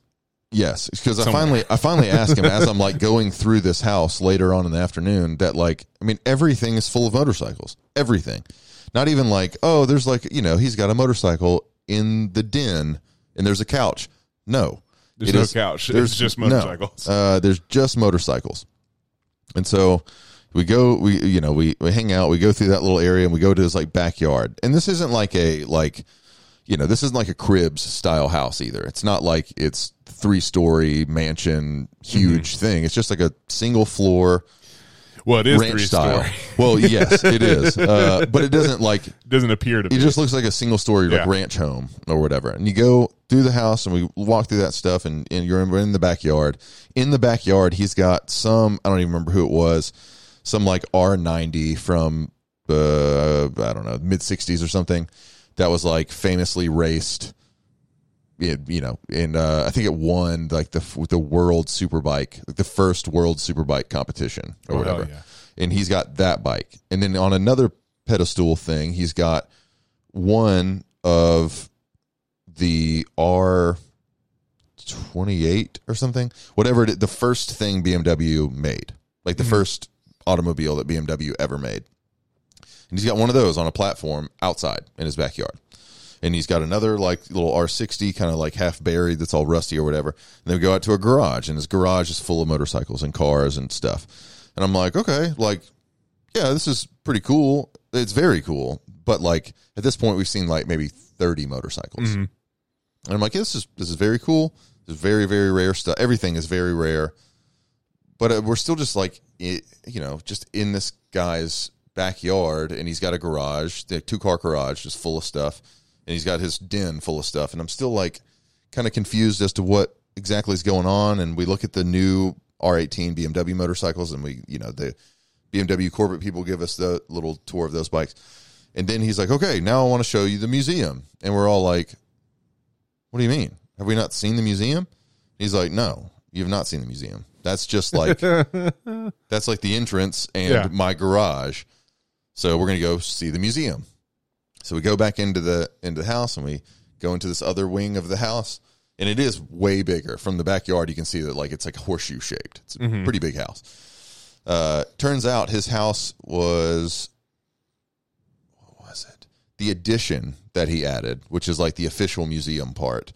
Speaker 2: yes, because I
Speaker 1: Somewhere.
Speaker 2: finally I finally asked him as I'm like going through this house later on in the afternoon that like I mean everything is full of motorcycles, everything, not even like oh there's like you know he's got a motorcycle in the den and there's a couch. No,
Speaker 1: There's
Speaker 2: It
Speaker 1: no
Speaker 2: is-
Speaker 1: couch. it's just
Speaker 2: no.
Speaker 1: motorcycles.
Speaker 2: Uh, there's just motorcycles, and so we go. We you know we we hang out. We go through that little area and we go to this like backyard. And this isn't like a like you know this isn't like a cribs style house either. It's not like it's three story mansion huge thing. It's just like a single floor
Speaker 1: well, Mm-hmm. it is
Speaker 2: ranch
Speaker 1: three
Speaker 2: style.
Speaker 1: story.
Speaker 2: Well, yes, it is, uh, but it doesn't like
Speaker 1: Doesn't appear to be.
Speaker 2: it just looks like a single story like
Speaker 1: Yeah.
Speaker 2: ranch home or whatever. And you go through the house and we walk through that stuff and, and you're in, we're in the backyard. In the backyard, he's got some I don't even remember who it was, some like R ninety from uh, I don't know mid sixties or something that was like famously raced. It, you know, and uh, I think it won like the f- the world superbike, like the first world superbike competition or
Speaker 1: Oh, hell
Speaker 2: whatever.
Speaker 1: yeah.
Speaker 2: And he's got that bike, and then on another pedestal thing, he's got one of the R twenty eight or something, whatever it is, the first thing BMW made, like the
Speaker 1: Mm-hmm.
Speaker 2: first automobile that BMW ever made. And he's got one of those on a platform outside in his backyard. And he's got another like little R60 kind of like half buried that's all rusty or whatever. And then we go out to a garage and his garage is full of motorcycles and cars and stuff. And I'm like, okay, like yeah, this is pretty cool. It's very cool. But like at this point, we've seen like maybe thirty motorcycles, and I'm like, this is this is very cool. This is very very rare stuff. Everything is very rare, but uh, we're still just like i you know just in this guy's backyard, and he's got a garage, the two car garage, just full of stuff, and he's got his den full of stuff, and I'm still like kind of confused as to what exactly is going on. And we look at the new R18 BMW motorcycles, and we you know the BMW corporate people give us the little tour of those bikes. And then he's like, okay, now I want to show you the museum. And we're all like, what do you mean? Have we not seen the museum? He's like, no, you've not seen the museum. That's just like, that's like the entrance and
Speaker 1: Yeah.
Speaker 2: my garage. So we're going to go see the museum. So we go back into the, into the house and we go into this other wing of the house. And it is way bigger from the backyard. You can see that like, it's like horseshoe shaped. It's a pretty big house. Uh, turns out his house was what was it? The addition that he added, which is like the official museum part,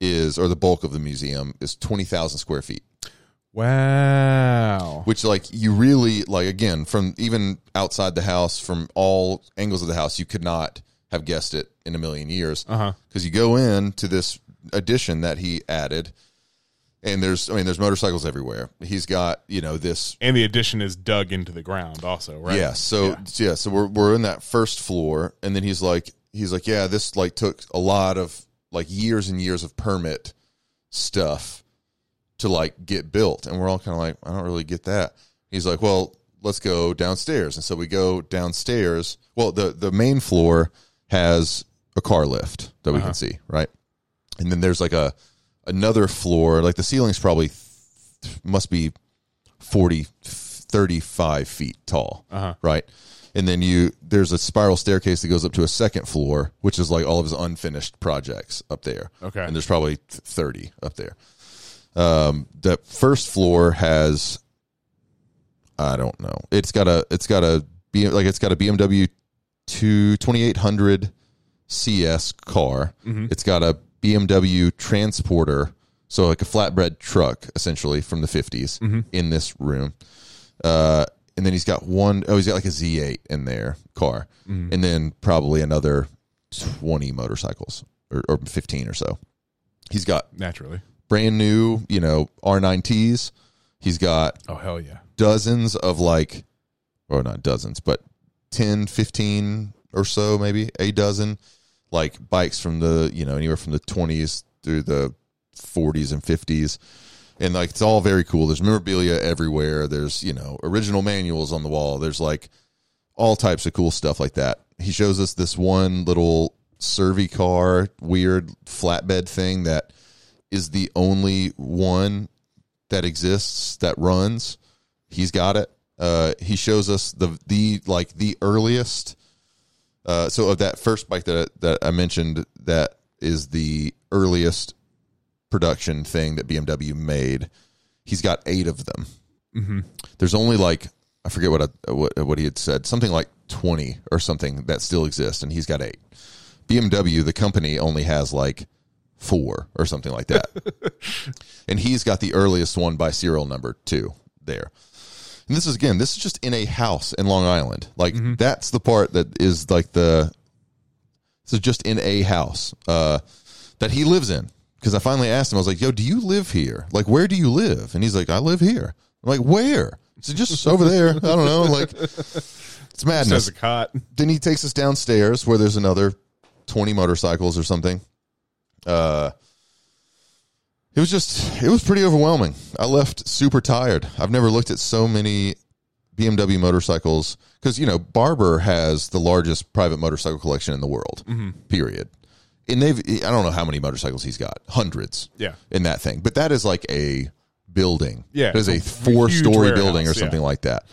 Speaker 2: is or the bulk of the museum is twenty thousand square feet.
Speaker 1: wow.
Speaker 2: Which like you really like again from even outside the house, from all angles of the house, you could not have guessed it in a million years.
Speaker 1: Uh huh.
Speaker 2: because you go in to this addition that he added, and there's I mean there's motorcycles everywhere. He's got you know this
Speaker 1: And the addition is dug into the ground, also, right?
Speaker 2: Yeah. So yeah. So we're we're in that first floor, and then he's like he's like yeah, this like took a lot of like years and years of permit stuff to like get built, and we're all kind of like I don't really get that. He's like, well, let's go downstairs, and so we go downstairs. Well, the the main floor has a car lift that we can see, right? And then there's like a another floor, like the ceiling's probably must be 40, 35 feet tall,
Speaker 1: Uh-huh.
Speaker 2: right? And then you there's a spiral staircase that goes up to a second floor, which is like all of his unfinished projects up there.
Speaker 1: Okay.
Speaker 2: and there's probably thirty up there. Um, the first floor has I don't know. It's got a it's got a B like it's got a BMW two twenty eight hundred CS car. It's got a BMW transporter, so like a flatbed truck essentially from the 50s in this room. Uh, and then he's got one oh he's got like a Z8 in there car, and then probably another twenty motorcycles or, or fifteen or so. He's got
Speaker 1: Naturally.
Speaker 2: brand new, you know, R9Ts. He's got
Speaker 1: Oh hell yeah.
Speaker 2: dozens of like or not dozens but 10 15 or so maybe a dozen like bikes from the you know anywhere from the 20s through the 40s and 50s and like it's all very cool there's memorabilia everywhere there's you know original manuals on the wall there's like all types of cool stuff like that he shows us this one little survey car weird flatbed thing that is the only one that exists that runs he's got it. Uh, he shows us the the like the earliest. Uh, so of that first bike that that I mentioned, that is the earliest production thing that BMW made. He's got eight of them. There's only like I forget what I, what what he had said, something like twenty or something that still exist, and he's got eight. BMW, the company, only has like four or something like that, and he's got the earliest one by serial number two there. And this is again, this is just in a house in Long Island. Like that's the part that is like the this is just in a house uh, that he lives in. Because I finally asked him, I was like, "Yo, do you live here? Like, where do you live?" And he's like, "I live here." I'm like, "Where?" So just over there. I don't know. Like, it's madness
Speaker 1: Says a cot.
Speaker 2: then he takes us downstairs where there's another 20 motorcycles or something uh it was just it was pretty overwhelming i left super tired i've never looked at so many bmw motorcycles because you know barber has the largest private motorcycle collection in the world period and they've i don't know how many motorcycles he's got hundreds
Speaker 1: Yeah.
Speaker 2: in that thing but that is like a building
Speaker 1: Yeah,
Speaker 2: it is a
Speaker 1: it's a
Speaker 2: four story
Speaker 1: huge
Speaker 2: building or
Speaker 1: warehouse, yeah.
Speaker 2: something like that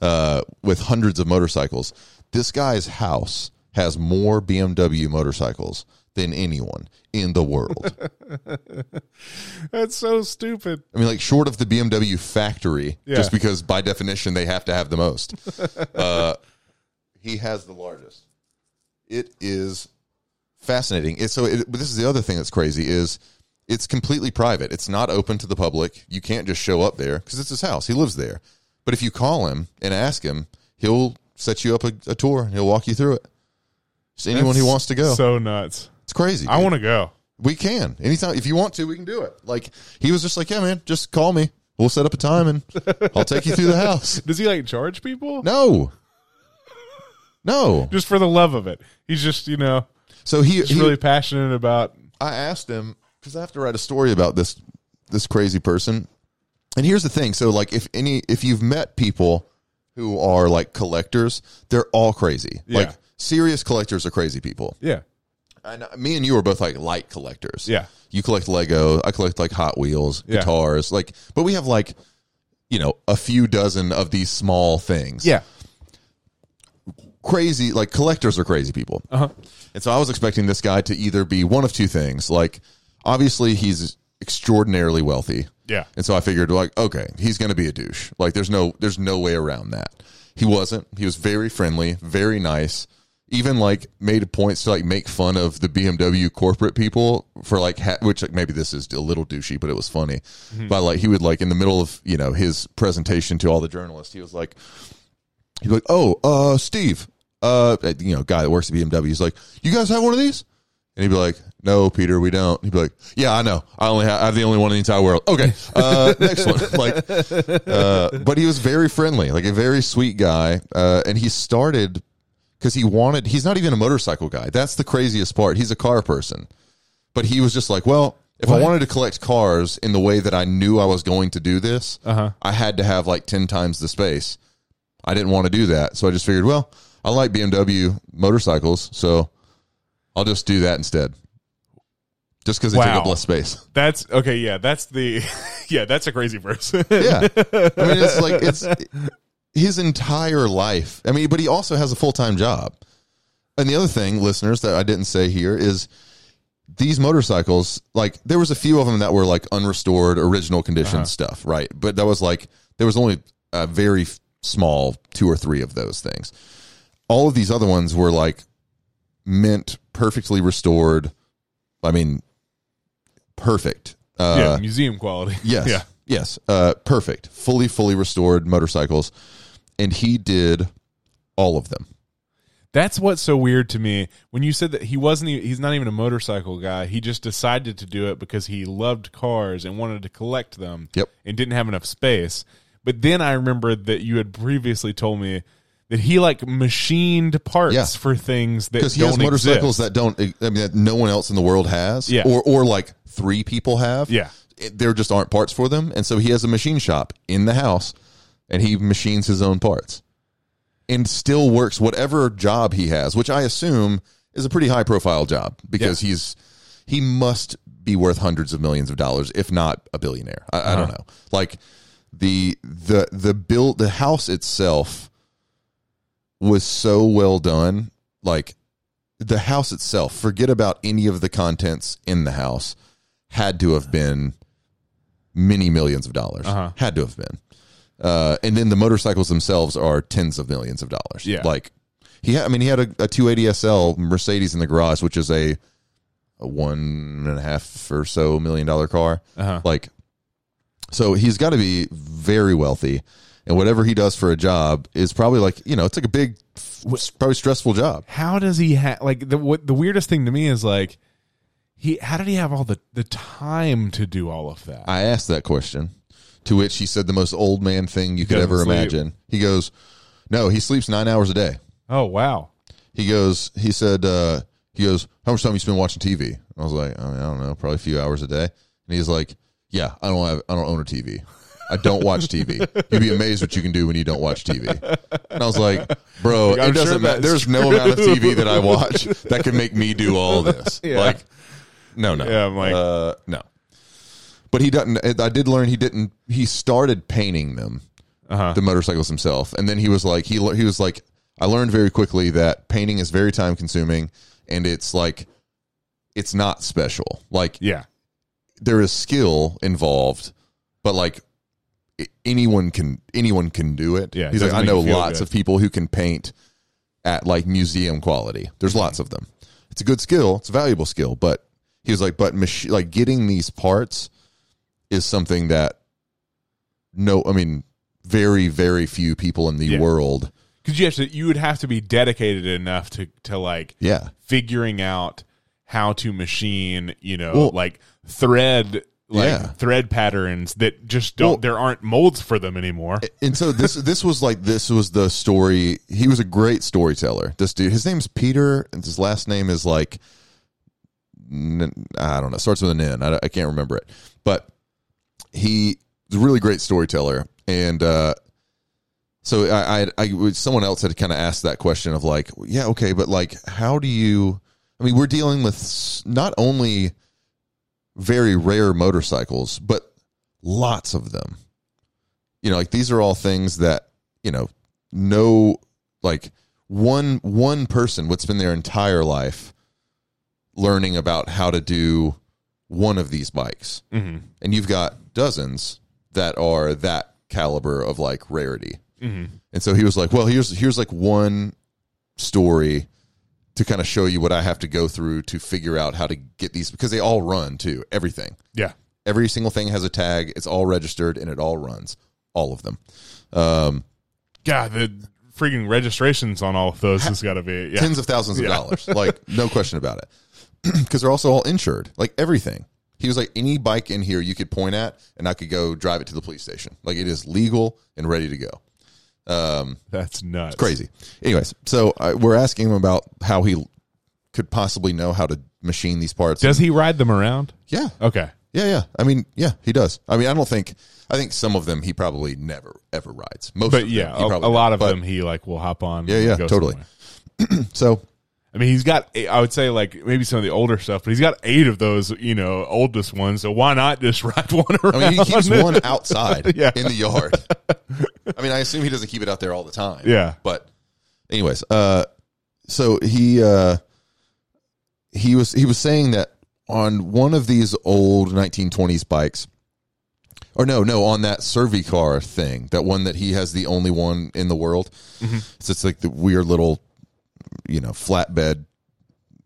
Speaker 2: uh, with hundreds of motorcycles. This guy's house has more BMW motorcycles than anyone in the world.
Speaker 1: That's so stupid.
Speaker 2: I mean, like short of the BMW factory,
Speaker 1: Yeah.
Speaker 2: just because by definition they have to have the most. uh, he has the largest. It is fascinating. It's so it, but this is the other thing that's crazy is it's completely private. It's not open to the public. You can't just show up there because it's his house. He lives there. But if you call him and ask him, he'll set you up a, a tour. He'll walk you through it. Just anyone who
Speaker 1: That's
Speaker 2: wants to go.
Speaker 1: So nuts.
Speaker 2: it's crazy.
Speaker 1: I
Speaker 2: dude.
Speaker 1: want to go.
Speaker 2: We can anytime if you want to. We can do it. Like he was just like, yeah, man, just call me. We'll set up a time and I'll take you through the house.
Speaker 1: Does he like charge people?
Speaker 2: No, no.
Speaker 1: Just for the love of it. He's just, you know,
Speaker 2: So he,
Speaker 1: he's
Speaker 2: he
Speaker 1: really passionate about
Speaker 2: I asked him because I have to write a story about this this crazy person. And here's the thing: so like, if any, if you've met people who are like collectors, they're all crazy.
Speaker 1: Yeah.
Speaker 2: Like serious collectors are crazy people.
Speaker 1: Yeah.
Speaker 2: And me and you are both like light collectors.
Speaker 1: Yeah.
Speaker 2: You collect Lego. I collect like Hot Wheels,
Speaker 1: Yeah.
Speaker 2: guitars. Like, but we have like, you know, a few dozen of these small things.
Speaker 1: Yeah.
Speaker 2: Crazy. Like collectors are crazy people.
Speaker 1: Uh-huh.
Speaker 2: And so I was expecting this guy to either be one of two things. Like, obviously he's extraordinarily wealthy.
Speaker 1: Yeah.
Speaker 2: And so I figured, like, okay, he's going to be a douche. Like, there's no, there's no way around that. He wasn't. He was very friendly, very nice. Even like made points to like make fun of the BMW corporate people for like, ha- which like maybe this is a little douchey, but it was funny. But like, he would like in the middle of you know his presentation to all the journalists, he was like, he'd be like, oh, uh, Steve, uh, you know, guy that works at BMW, he's like, you guys have one of these? And he'd be like, "No, Peter, we don't." He'd be like, "Yeah, I know. I only have, I have the only one in the entire world." Okay, uh, next one. Like, uh, but he was very friendly, like a very sweet guy, uh, and he started because he wanted. He's not even a motorcycle guy. That's the craziest part. He's a car person, but he was just like, "Well, if I wanted to collect cars in the way that I knew I was going to do this,
Speaker 1: Uh-huh.
Speaker 2: I had to have like ten times the space." I didn't want to do that, so I just figured, well, I like BMW motorcycles, so I'll just do that instead. just because they take
Speaker 1: Wow.
Speaker 2: up less space.
Speaker 1: That's okay. Yeah, that's the yeah. That's a crazy person.
Speaker 2: Yeah, I mean, it's like it's his entire life. I mean, but he also has a full time job. And the other thing, listeners, that I didn't say here is these motorcycles. Like there was a few of them that were like unrestored, original condition stuff, right? But that was like there was only a very f- small two or three of those things. All of these other ones were like mint, perfectly restored. I mean, perfect. Uh,
Speaker 1: yeah, museum quality.
Speaker 2: Yes.
Speaker 1: Yeah.
Speaker 2: Yes. Uh, perfect. Fully, fully restored motorcycles. And he did all of them.
Speaker 1: That's what's so weird to me. When you said that he wasn't, e- he's not even a motorcycle guy. He just decided to do it because he loved cars and wanted to collect them.
Speaker 2: Yep.
Speaker 1: And didn't have enough space. But then I remembered that you had previously told me that he like machined parts
Speaker 2: Yeah.
Speaker 1: for things that
Speaker 2: Because he
Speaker 1: don't
Speaker 2: has motorcycles
Speaker 1: exist.
Speaker 2: that don't, e, I mean, that no one else in the world has.
Speaker 1: Yeah.
Speaker 2: Or, or like three people have.
Speaker 1: Yeah.
Speaker 2: It- There just aren't parts for them. And so he has a machine shop in the house and he machines his own parts and still works whatever job he has, which I assume is a pretty high profile job because he's, he must be worth hundreds of millions of dollars, if not a billionaire. I, I don't
Speaker 1: Uh-huh.
Speaker 2: know. Like the the the build the house itself was so well done. Like the house itself, forget about any of the contents in the house, had to have been many millions of dollars.
Speaker 1: Uh-huh.
Speaker 2: Had to have been. Uh, and then the motorcycles themselves are tens of millions of dollars.
Speaker 1: Yeah.
Speaker 2: Like he had, I mean, he had a, a 280 SL Mercedes in the garage, which is a, a one and a half or so million dollar car.
Speaker 1: Uh-huh.
Speaker 2: Like, so he's got to be very wealthy, and whatever he does for a job is probably like you know it's like a big, it's probably stressful job.
Speaker 1: how does he have like the what the weirdest thing to me is like he how did he have all the the time to do all of that
Speaker 2: I asked that question, to which he said the most old man thing you could
Speaker 1: doesn't
Speaker 2: ever
Speaker 1: sleep.
Speaker 2: imagine. He goes, "No, he sleeps nine hours a day."
Speaker 1: oh wow
Speaker 2: He goes, he said, uh, he goes, how much time you spend watching TV? I was like, I, mean, I don't know, probably a few hours a day. And he's like, yeah, I don't have, I don't own a TV. I don't watch TV. You'd be amazed what you can do when you don't watch TV. And I was like, bro,
Speaker 1: Like, I'm
Speaker 2: it doesn't
Speaker 1: sure
Speaker 2: matter.
Speaker 1: that's
Speaker 2: There's no
Speaker 1: true.
Speaker 2: amount of TV that I watch that can make me do all this.
Speaker 1: Yeah.
Speaker 2: Like, no, no,
Speaker 1: Yeah, I'm like-
Speaker 2: uh, no. But he doesn't. I did learn he didn't. He started painting them
Speaker 1: uh-huh
Speaker 2: the motorcycles himself and then he was like he le- he was like I learned very quickly that painting is very time consuming and it's like it's not special like
Speaker 1: yeah
Speaker 2: there is skill involved but like i- anyone can anyone can do it
Speaker 1: Yeah, it
Speaker 2: he's like
Speaker 1: doesn't
Speaker 2: I
Speaker 1: make
Speaker 2: know
Speaker 1: you feel
Speaker 2: lots
Speaker 1: good.
Speaker 2: of people who can paint at like museum quality there's lots of them it's a good skill it's a valuable skill but he was like but mach- like getting these parts is something that no i mean very very few people in the
Speaker 1: Yeah.
Speaker 2: world
Speaker 1: because you have to you would have to be dedicated enough to to like
Speaker 2: yeah
Speaker 1: figuring out how to machine you know
Speaker 2: Well-
Speaker 1: like thread like
Speaker 2: Yeah.
Speaker 1: thread patterns that just don't
Speaker 2: Well-
Speaker 1: there aren't molds for them anymore
Speaker 2: and so this this was like this was the story he was a great storyteller this dude his name's peter and his last name is like N- i don't know starts with an n i, I can't remember it but he was a really great storyteller and uh so I, I, I, someone else had kind of asked that question of like, yeah, okay, but like, how do you? I mean, we're dealing with s- not only very rare motorcycles, but lots of them. You know, like these are all things that you know, no, like one one person would spend their entire life learning about how to do one of these bikes
Speaker 1: mm-hmm.
Speaker 2: and you've got dozens that are that caliber of like rarity.
Speaker 1: Mhm.
Speaker 2: And so he was like, "Well, here's here's like one story to kind of show you what I have to go through to figure out how to get these because they all run too. Everything,
Speaker 1: yeah
Speaker 2: every single thing has a tag. It's all registered and it all runs, all of them. Um,
Speaker 1: god the freaking registrations on all of those has got to be yeah
Speaker 2: tens of thousands of
Speaker 1: Yeah.
Speaker 2: dollars. Like, no question about it. Because they're also all insured, like everything. He was like, any bike in here you could point at, and I could go drive it to the police station. Like, it is legal and ready to go.
Speaker 1: that's nuts
Speaker 2: Crazy. Anyways, so I, we're asking him about how he could possibly know how to machine these parts.
Speaker 1: does he ride them around
Speaker 2: yeah.
Speaker 1: okay
Speaker 2: Yeah, yeah. I mean, yeah, he does. I mean, I don't think, I think some of them he probably never, ever rides. Most
Speaker 1: but
Speaker 2: of
Speaker 1: yeah
Speaker 2: them, he
Speaker 1: a,
Speaker 2: probably
Speaker 1: a lot
Speaker 2: does.
Speaker 1: of
Speaker 2: But-
Speaker 1: them he like will hop on
Speaker 2: Yeah,
Speaker 1: and
Speaker 2: yeah,
Speaker 1: go
Speaker 2: totally.
Speaker 1: somewhere.
Speaker 2: So
Speaker 1: I mean, he's got, eight- I would say, like maybe some of the older stuff, but he's got eight of those, you know, oldest ones. So why not just ride one around?
Speaker 2: I mean, he keeps one outside
Speaker 1: Yeah.
Speaker 2: in the yard. I mean, I assume he doesn't keep it out there all the time.
Speaker 1: Yeah.
Speaker 2: But anyways, uh so he uh he was he was saying that on one of these old 1920s bikes or no, no, on that Servicar thing, that one that he has the only one in the world.
Speaker 1: Mm-hmm.
Speaker 2: So it's like the weird little you know, flatbed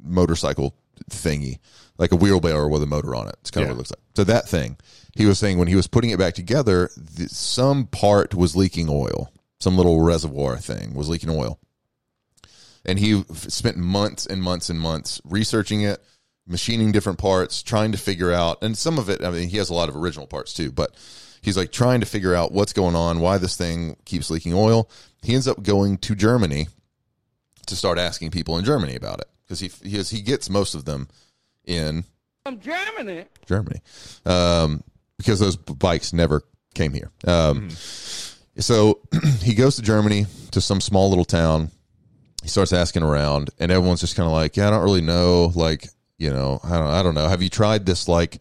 Speaker 2: motorcycle thingy, like a wheelbarrow with a motor on it. It's kind
Speaker 1: Yeah.
Speaker 2: of what it looks like. So that thing, he was saying when he was putting it back together, th- some part was leaking oil. Some little reservoir thing was leaking oil. And he f- spent months and months and months researching it, machining different parts, trying to figure out. And some of it, I mean, he has a lot of original parts too, but he's like trying to figure out what's going on, why this thing keeps leaking oil. He ends up going to Germany to start asking people in Germany about it because he he, is, he gets most of them in
Speaker 3: From Germany.
Speaker 2: Germany um, because those b- bikes never came here. Um, So he goes to Germany to some small little town. He starts asking around, and everyone's just kind of like, "Yeah, I don't really know. Like, you know, I don't, I don't know. Have you tried this like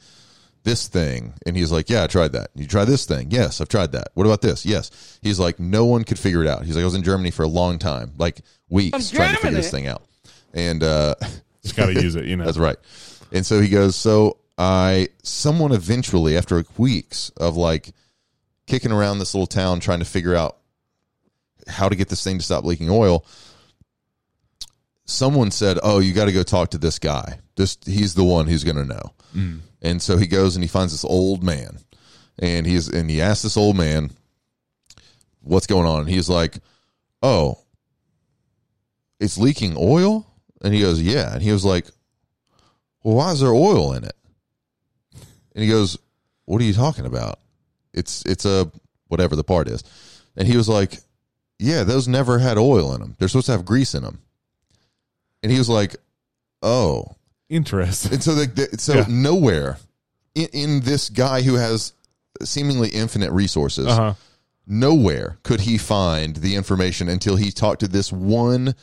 Speaker 2: this thing?" And he's like, "Yeah, I tried that. You try this thing? Yes, I've tried that. What about this? Yes." He's like, "No one could figure it out." He's like, "I was in Germany for a long time, like weeks,
Speaker 3: From
Speaker 2: trying to figure
Speaker 3: Germany.
Speaker 2: this thing out." And uh,
Speaker 1: Just got to use it, you know.
Speaker 2: that's right. And so he goes, so I someone eventually after weeks of like kicking around this little town trying to figure out how to get this thing to stop leaking oil, someone said, "Oh, you got to go talk to this guy. This he's the one who's going to know."
Speaker 1: Mm.
Speaker 2: And so he goes and he finds this old man. And he's and he asks this old man what's going on. And he's like, "Oh, it's leaking oil?" And he goes, "Yeah." And he was like, well, why is there oil in it? And he goes, what are you talking about? It's it's a whatever the part is. And he was like, yeah, those never had oil in them. They're supposed to have grease in them. And he was like, oh.
Speaker 1: Interesting.
Speaker 2: And so the, the, so
Speaker 1: Yeah.
Speaker 2: nowhere in, in this guy who has seemingly infinite resources,
Speaker 1: Uh huh.
Speaker 2: nowhere could he find the information until he talked to this one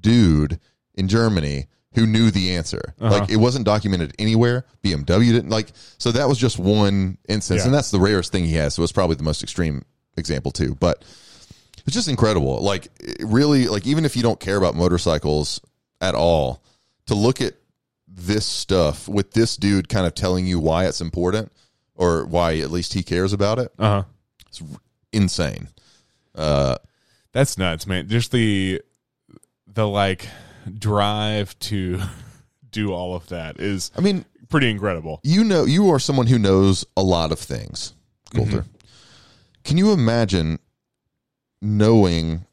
Speaker 2: dude in Germany who knew the answer. Like it wasn't documented anywhere. BMW didn't like so that was just one instance
Speaker 1: Yeah.
Speaker 2: and that's the rarest thing he has. So it's probably the most extreme example too, but it's just incredible. Like it really like even if you don't care about motorcycles at all, to look at this stuff with this dude kind of telling you why it's important or why at least he cares about it
Speaker 1: Uh huh.
Speaker 2: insane.
Speaker 1: That's nuts, man. Just the the like drive to do all of that is
Speaker 2: I mean,
Speaker 1: pretty incredible.
Speaker 2: you know, you are someone who knows a lot of things, Coulter. Can you imagine knowing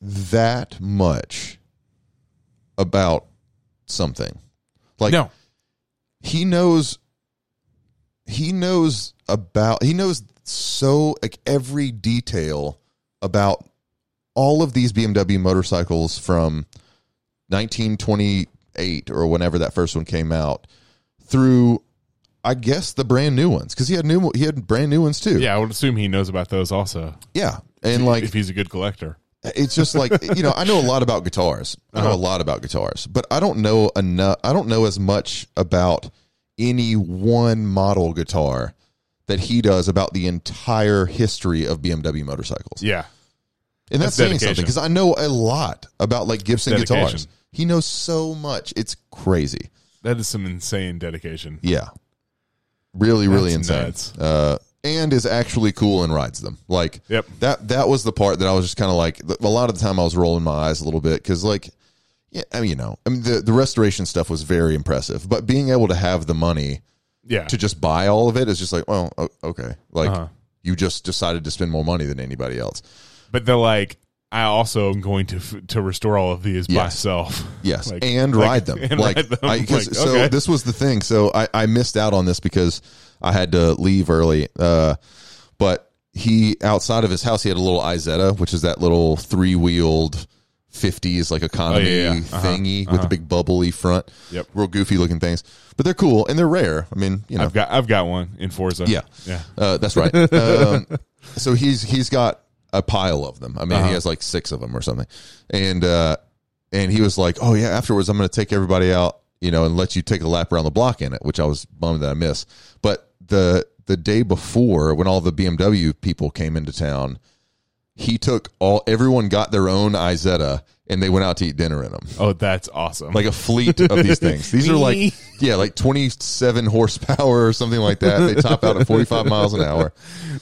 Speaker 2: that much about something? Like
Speaker 1: no,
Speaker 2: he knows, he knows about, he knows so like every detail about all of these BMW motorcycles from 1928 or whenever that first one came out through I guess the brand new ones cuz he had new he had brand new ones too.
Speaker 1: yeah, I would assume he knows about those also.
Speaker 2: Yeah. And like
Speaker 1: if he's a good collector,
Speaker 2: it's just like you know I know a lot about guitars. I
Speaker 1: Uh-huh.
Speaker 2: know a lot about guitars, but I don't know enough I don't know as much about any one model guitar that he does about the entire history of BMW motorcycles.
Speaker 1: yeah,
Speaker 2: And
Speaker 1: That's
Speaker 2: that's, saying something
Speaker 1: dedication.
Speaker 2: because I know a lot about like Gibson
Speaker 1: dedication.
Speaker 2: guitars. He knows so much. It's crazy.
Speaker 1: that is some insane dedication.
Speaker 2: Yeah. Really, really
Speaker 1: That's
Speaker 2: insane.
Speaker 1: nuts.
Speaker 2: Uh, and is actually cool and rides them. Like
Speaker 1: Yep.
Speaker 2: that that was the part that I was just kind of like a lot of the time I was rolling my eyes a little bit cuz like yeah, I mean, you know, I mean the the restoration stuff was very impressive, but being able to have the money
Speaker 1: Yeah,
Speaker 2: to just buy all of it is just like, well, o- okay. Like
Speaker 1: Uh-huh.
Speaker 2: you just decided to spend more money than anybody else.
Speaker 1: but they're like, I also am going to f- to restore all of these
Speaker 2: Yes.
Speaker 1: myself.
Speaker 2: Yes,
Speaker 1: Like-
Speaker 2: and
Speaker 1: like-
Speaker 2: ride them.
Speaker 1: and
Speaker 2: like,
Speaker 1: ride them.
Speaker 2: I, 'cause-
Speaker 1: Like,
Speaker 2: so
Speaker 1: okay.
Speaker 2: this was the thing. So I, I missed out on this because I had to leave early. Uh, but he outside of his house, he had a little Izetta, which is that little three wheeled fifties like economy
Speaker 1: yeah, yeah. Uh-huh,
Speaker 2: thingy with the big bubbly front.
Speaker 1: Yep.
Speaker 2: real goofy looking things, but they're cool and they're rare. I mean, you know,
Speaker 1: I've got I've got one in Forza.
Speaker 2: yeah,
Speaker 1: yeah.
Speaker 2: uh, that's right. Um, so Uh-huh. he's he's got a pile of them. I mean, he has like six of them or something, and uh, and he was like, "Oh yeah, afterwards I'm going to take everybody out, you know, and let you take a lap around the block in it," which I was bummed that I missed. But the the day before, when all the BMW people came into town, he took all everyone got their own Izetta and they went out to eat dinner in them.
Speaker 1: Oh, that's awesome.
Speaker 2: Like a fleet of these things. These are
Speaker 1: Me.
Speaker 2: like yeah, like 27 horsepower or something like that. They top out at 45 miles an hour.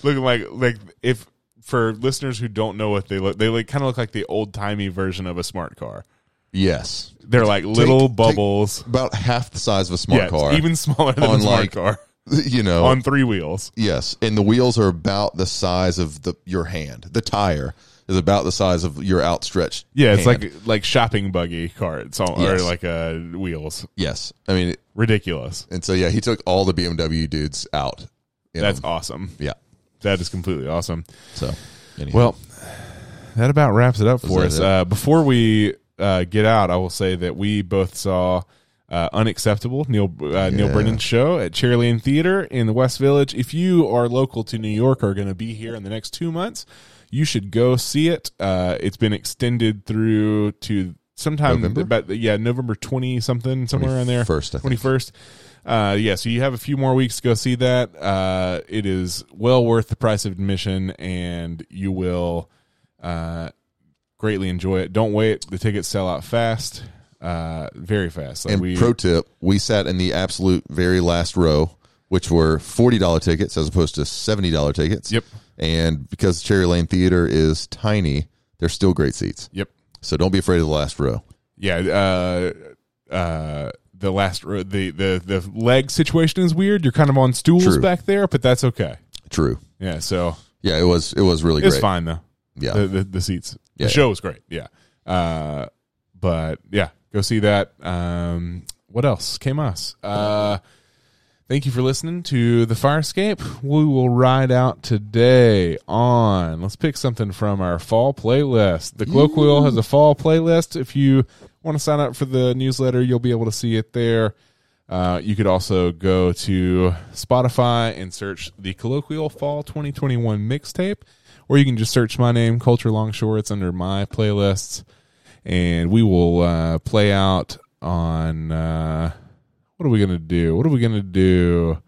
Speaker 1: looking like like if for listeners who don't know what they look, they like kind of look like the old timey version of a smart car.
Speaker 2: Yes.
Speaker 1: They're like little
Speaker 2: take-
Speaker 1: bubbles.
Speaker 2: About half the size of a smart
Speaker 1: Yeah,
Speaker 2: car.
Speaker 1: even smaller than
Speaker 2: On,
Speaker 1: a smart
Speaker 2: like,
Speaker 1: car
Speaker 2: you know,
Speaker 1: on three wheels.
Speaker 2: Yes, and the wheels are about the size of the your hand. The tire is about the size of your outstretched.
Speaker 1: Yeah, it's
Speaker 2: hand.
Speaker 1: like like shopping buggy carts on,
Speaker 2: Yes.
Speaker 1: or like uh, wheels.
Speaker 2: yes. I mean,
Speaker 1: Ridiculous.
Speaker 2: and so yeah, he took all the BMW dudes out. you know.
Speaker 1: That's awesome.
Speaker 2: yeah.
Speaker 1: That is completely awesome.
Speaker 2: So anyhow.
Speaker 1: Well, that about wraps it up for
Speaker 2: that
Speaker 1: us.
Speaker 2: it?
Speaker 1: Uh, before we uh, get out, I will say that we both saw uh, Unacceptable, Neil uh, Neil
Speaker 2: Yeah.
Speaker 1: Brennan's show at Cherryland Theater in the West Village. If you are local to New York, or are going to be here in the next two months, you should go see it. Uh, it's been extended through to sometime
Speaker 2: November?
Speaker 1: about yeah November twenty something somewhere around there
Speaker 2: 21st, I think.
Speaker 1: twenty first. Uh, yeah, so you have a few more weeks to go see that. Uh, it is well worth the price of admission, and you will uh, greatly enjoy it. Don't wait; the tickets sell out fast, uh, very fast. Like
Speaker 2: and
Speaker 1: we,
Speaker 2: pro tip, we sat in the absolute very last row, which were forty dollar tickets as opposed to seventy dollar tickets.
Speaker 1: Yep.
Speaker 2: And because Cherry Lane Theater is tiny, they're still great seats.
Speaker 1: yep,
Speaker 2: So don't be afraid of the last row.
Speaker 1: yeah. Uh, uh, the last row, the the the leg situation is weird. You're kind of on stools
Speaker 2: True.
Speaker 1: back there, but that's okay.
Speaker 2: True.
Speaker 1: Yeah, so
Speaker 2: Yeah, it was it was really
Speaker 1: it's
Speaker 2: great.
Speaker 1: fine though.
Speaker 2: Yeah.
Speaker 1: the, the, the seats.
Speaker 2: Yeah.
Speaker 1: The show was great. Yeah. Uh, but yeah, go see that. Um, what else? Came us. Uh, thank you for listening to the fire escape. We will ride out today on. Let's pick something from our fall playlist. The colloquial has a fall playlist. If you want to sign up for the newsletter, you'll be able to see it there. Uh, you could also go to Spotify and search the Colloquial Fall 2021 mixtape, or you can just search my name, Culture Longshore. It's under my playlists, and we will uh, play out on. Uh, what are we gonna do? What are we gonna do?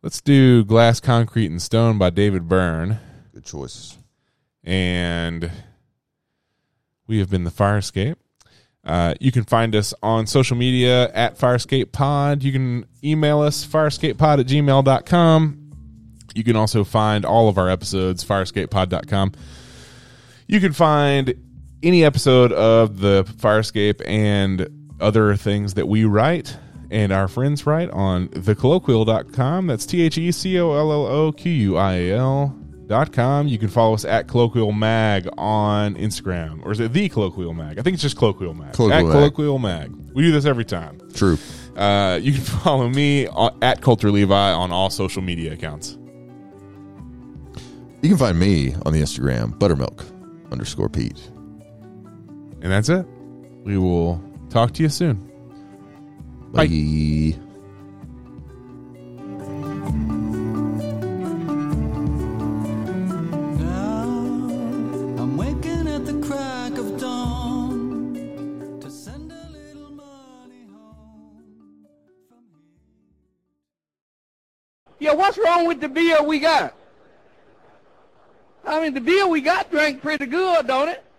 Speaker 1: Let's do Glass, Concrete, and Stone by David Byrne,
Speaker 2: Good choices.
Speaker 1: and we have been the Fire Escape. Uh, you can find us on social media at Firescape Pod. You can email us, firescapepod at gmail.com. You can also find all of our episodes, firescapepod.com. You can find any episode of the Firescape and other things that we write and our friends write on thecolloquial.com. That's T H E C O L L O Q U I A L. Dot com. You can follow us at Colloquial Mag on Instagram, or is it the Colloquial Mag? I think it's just Colloquial Mag.
Speaker 2: Colloquial
Speaker 1: at
Speaker 2: Mag.
Speaker 1: Colloquial Mag. We do this every time.
Speaker 2: True.
Speaker 1: Uh, you can follow me on, at Coulter Levi on all social media accounts.
Speaker 2: You can find me on the Instagram, buttermilk underscore Pete.
Speaker 1: And that's it. We will talk to you soon. Bye.
Speaker 2: Bye.
Speaker 4: Now I'm waking at the crack of dawn to send a little money home from here.
Speaker 3: Yeah, what's wrong with the beer we got? I mean, the beer we got drank pretty good, don't it?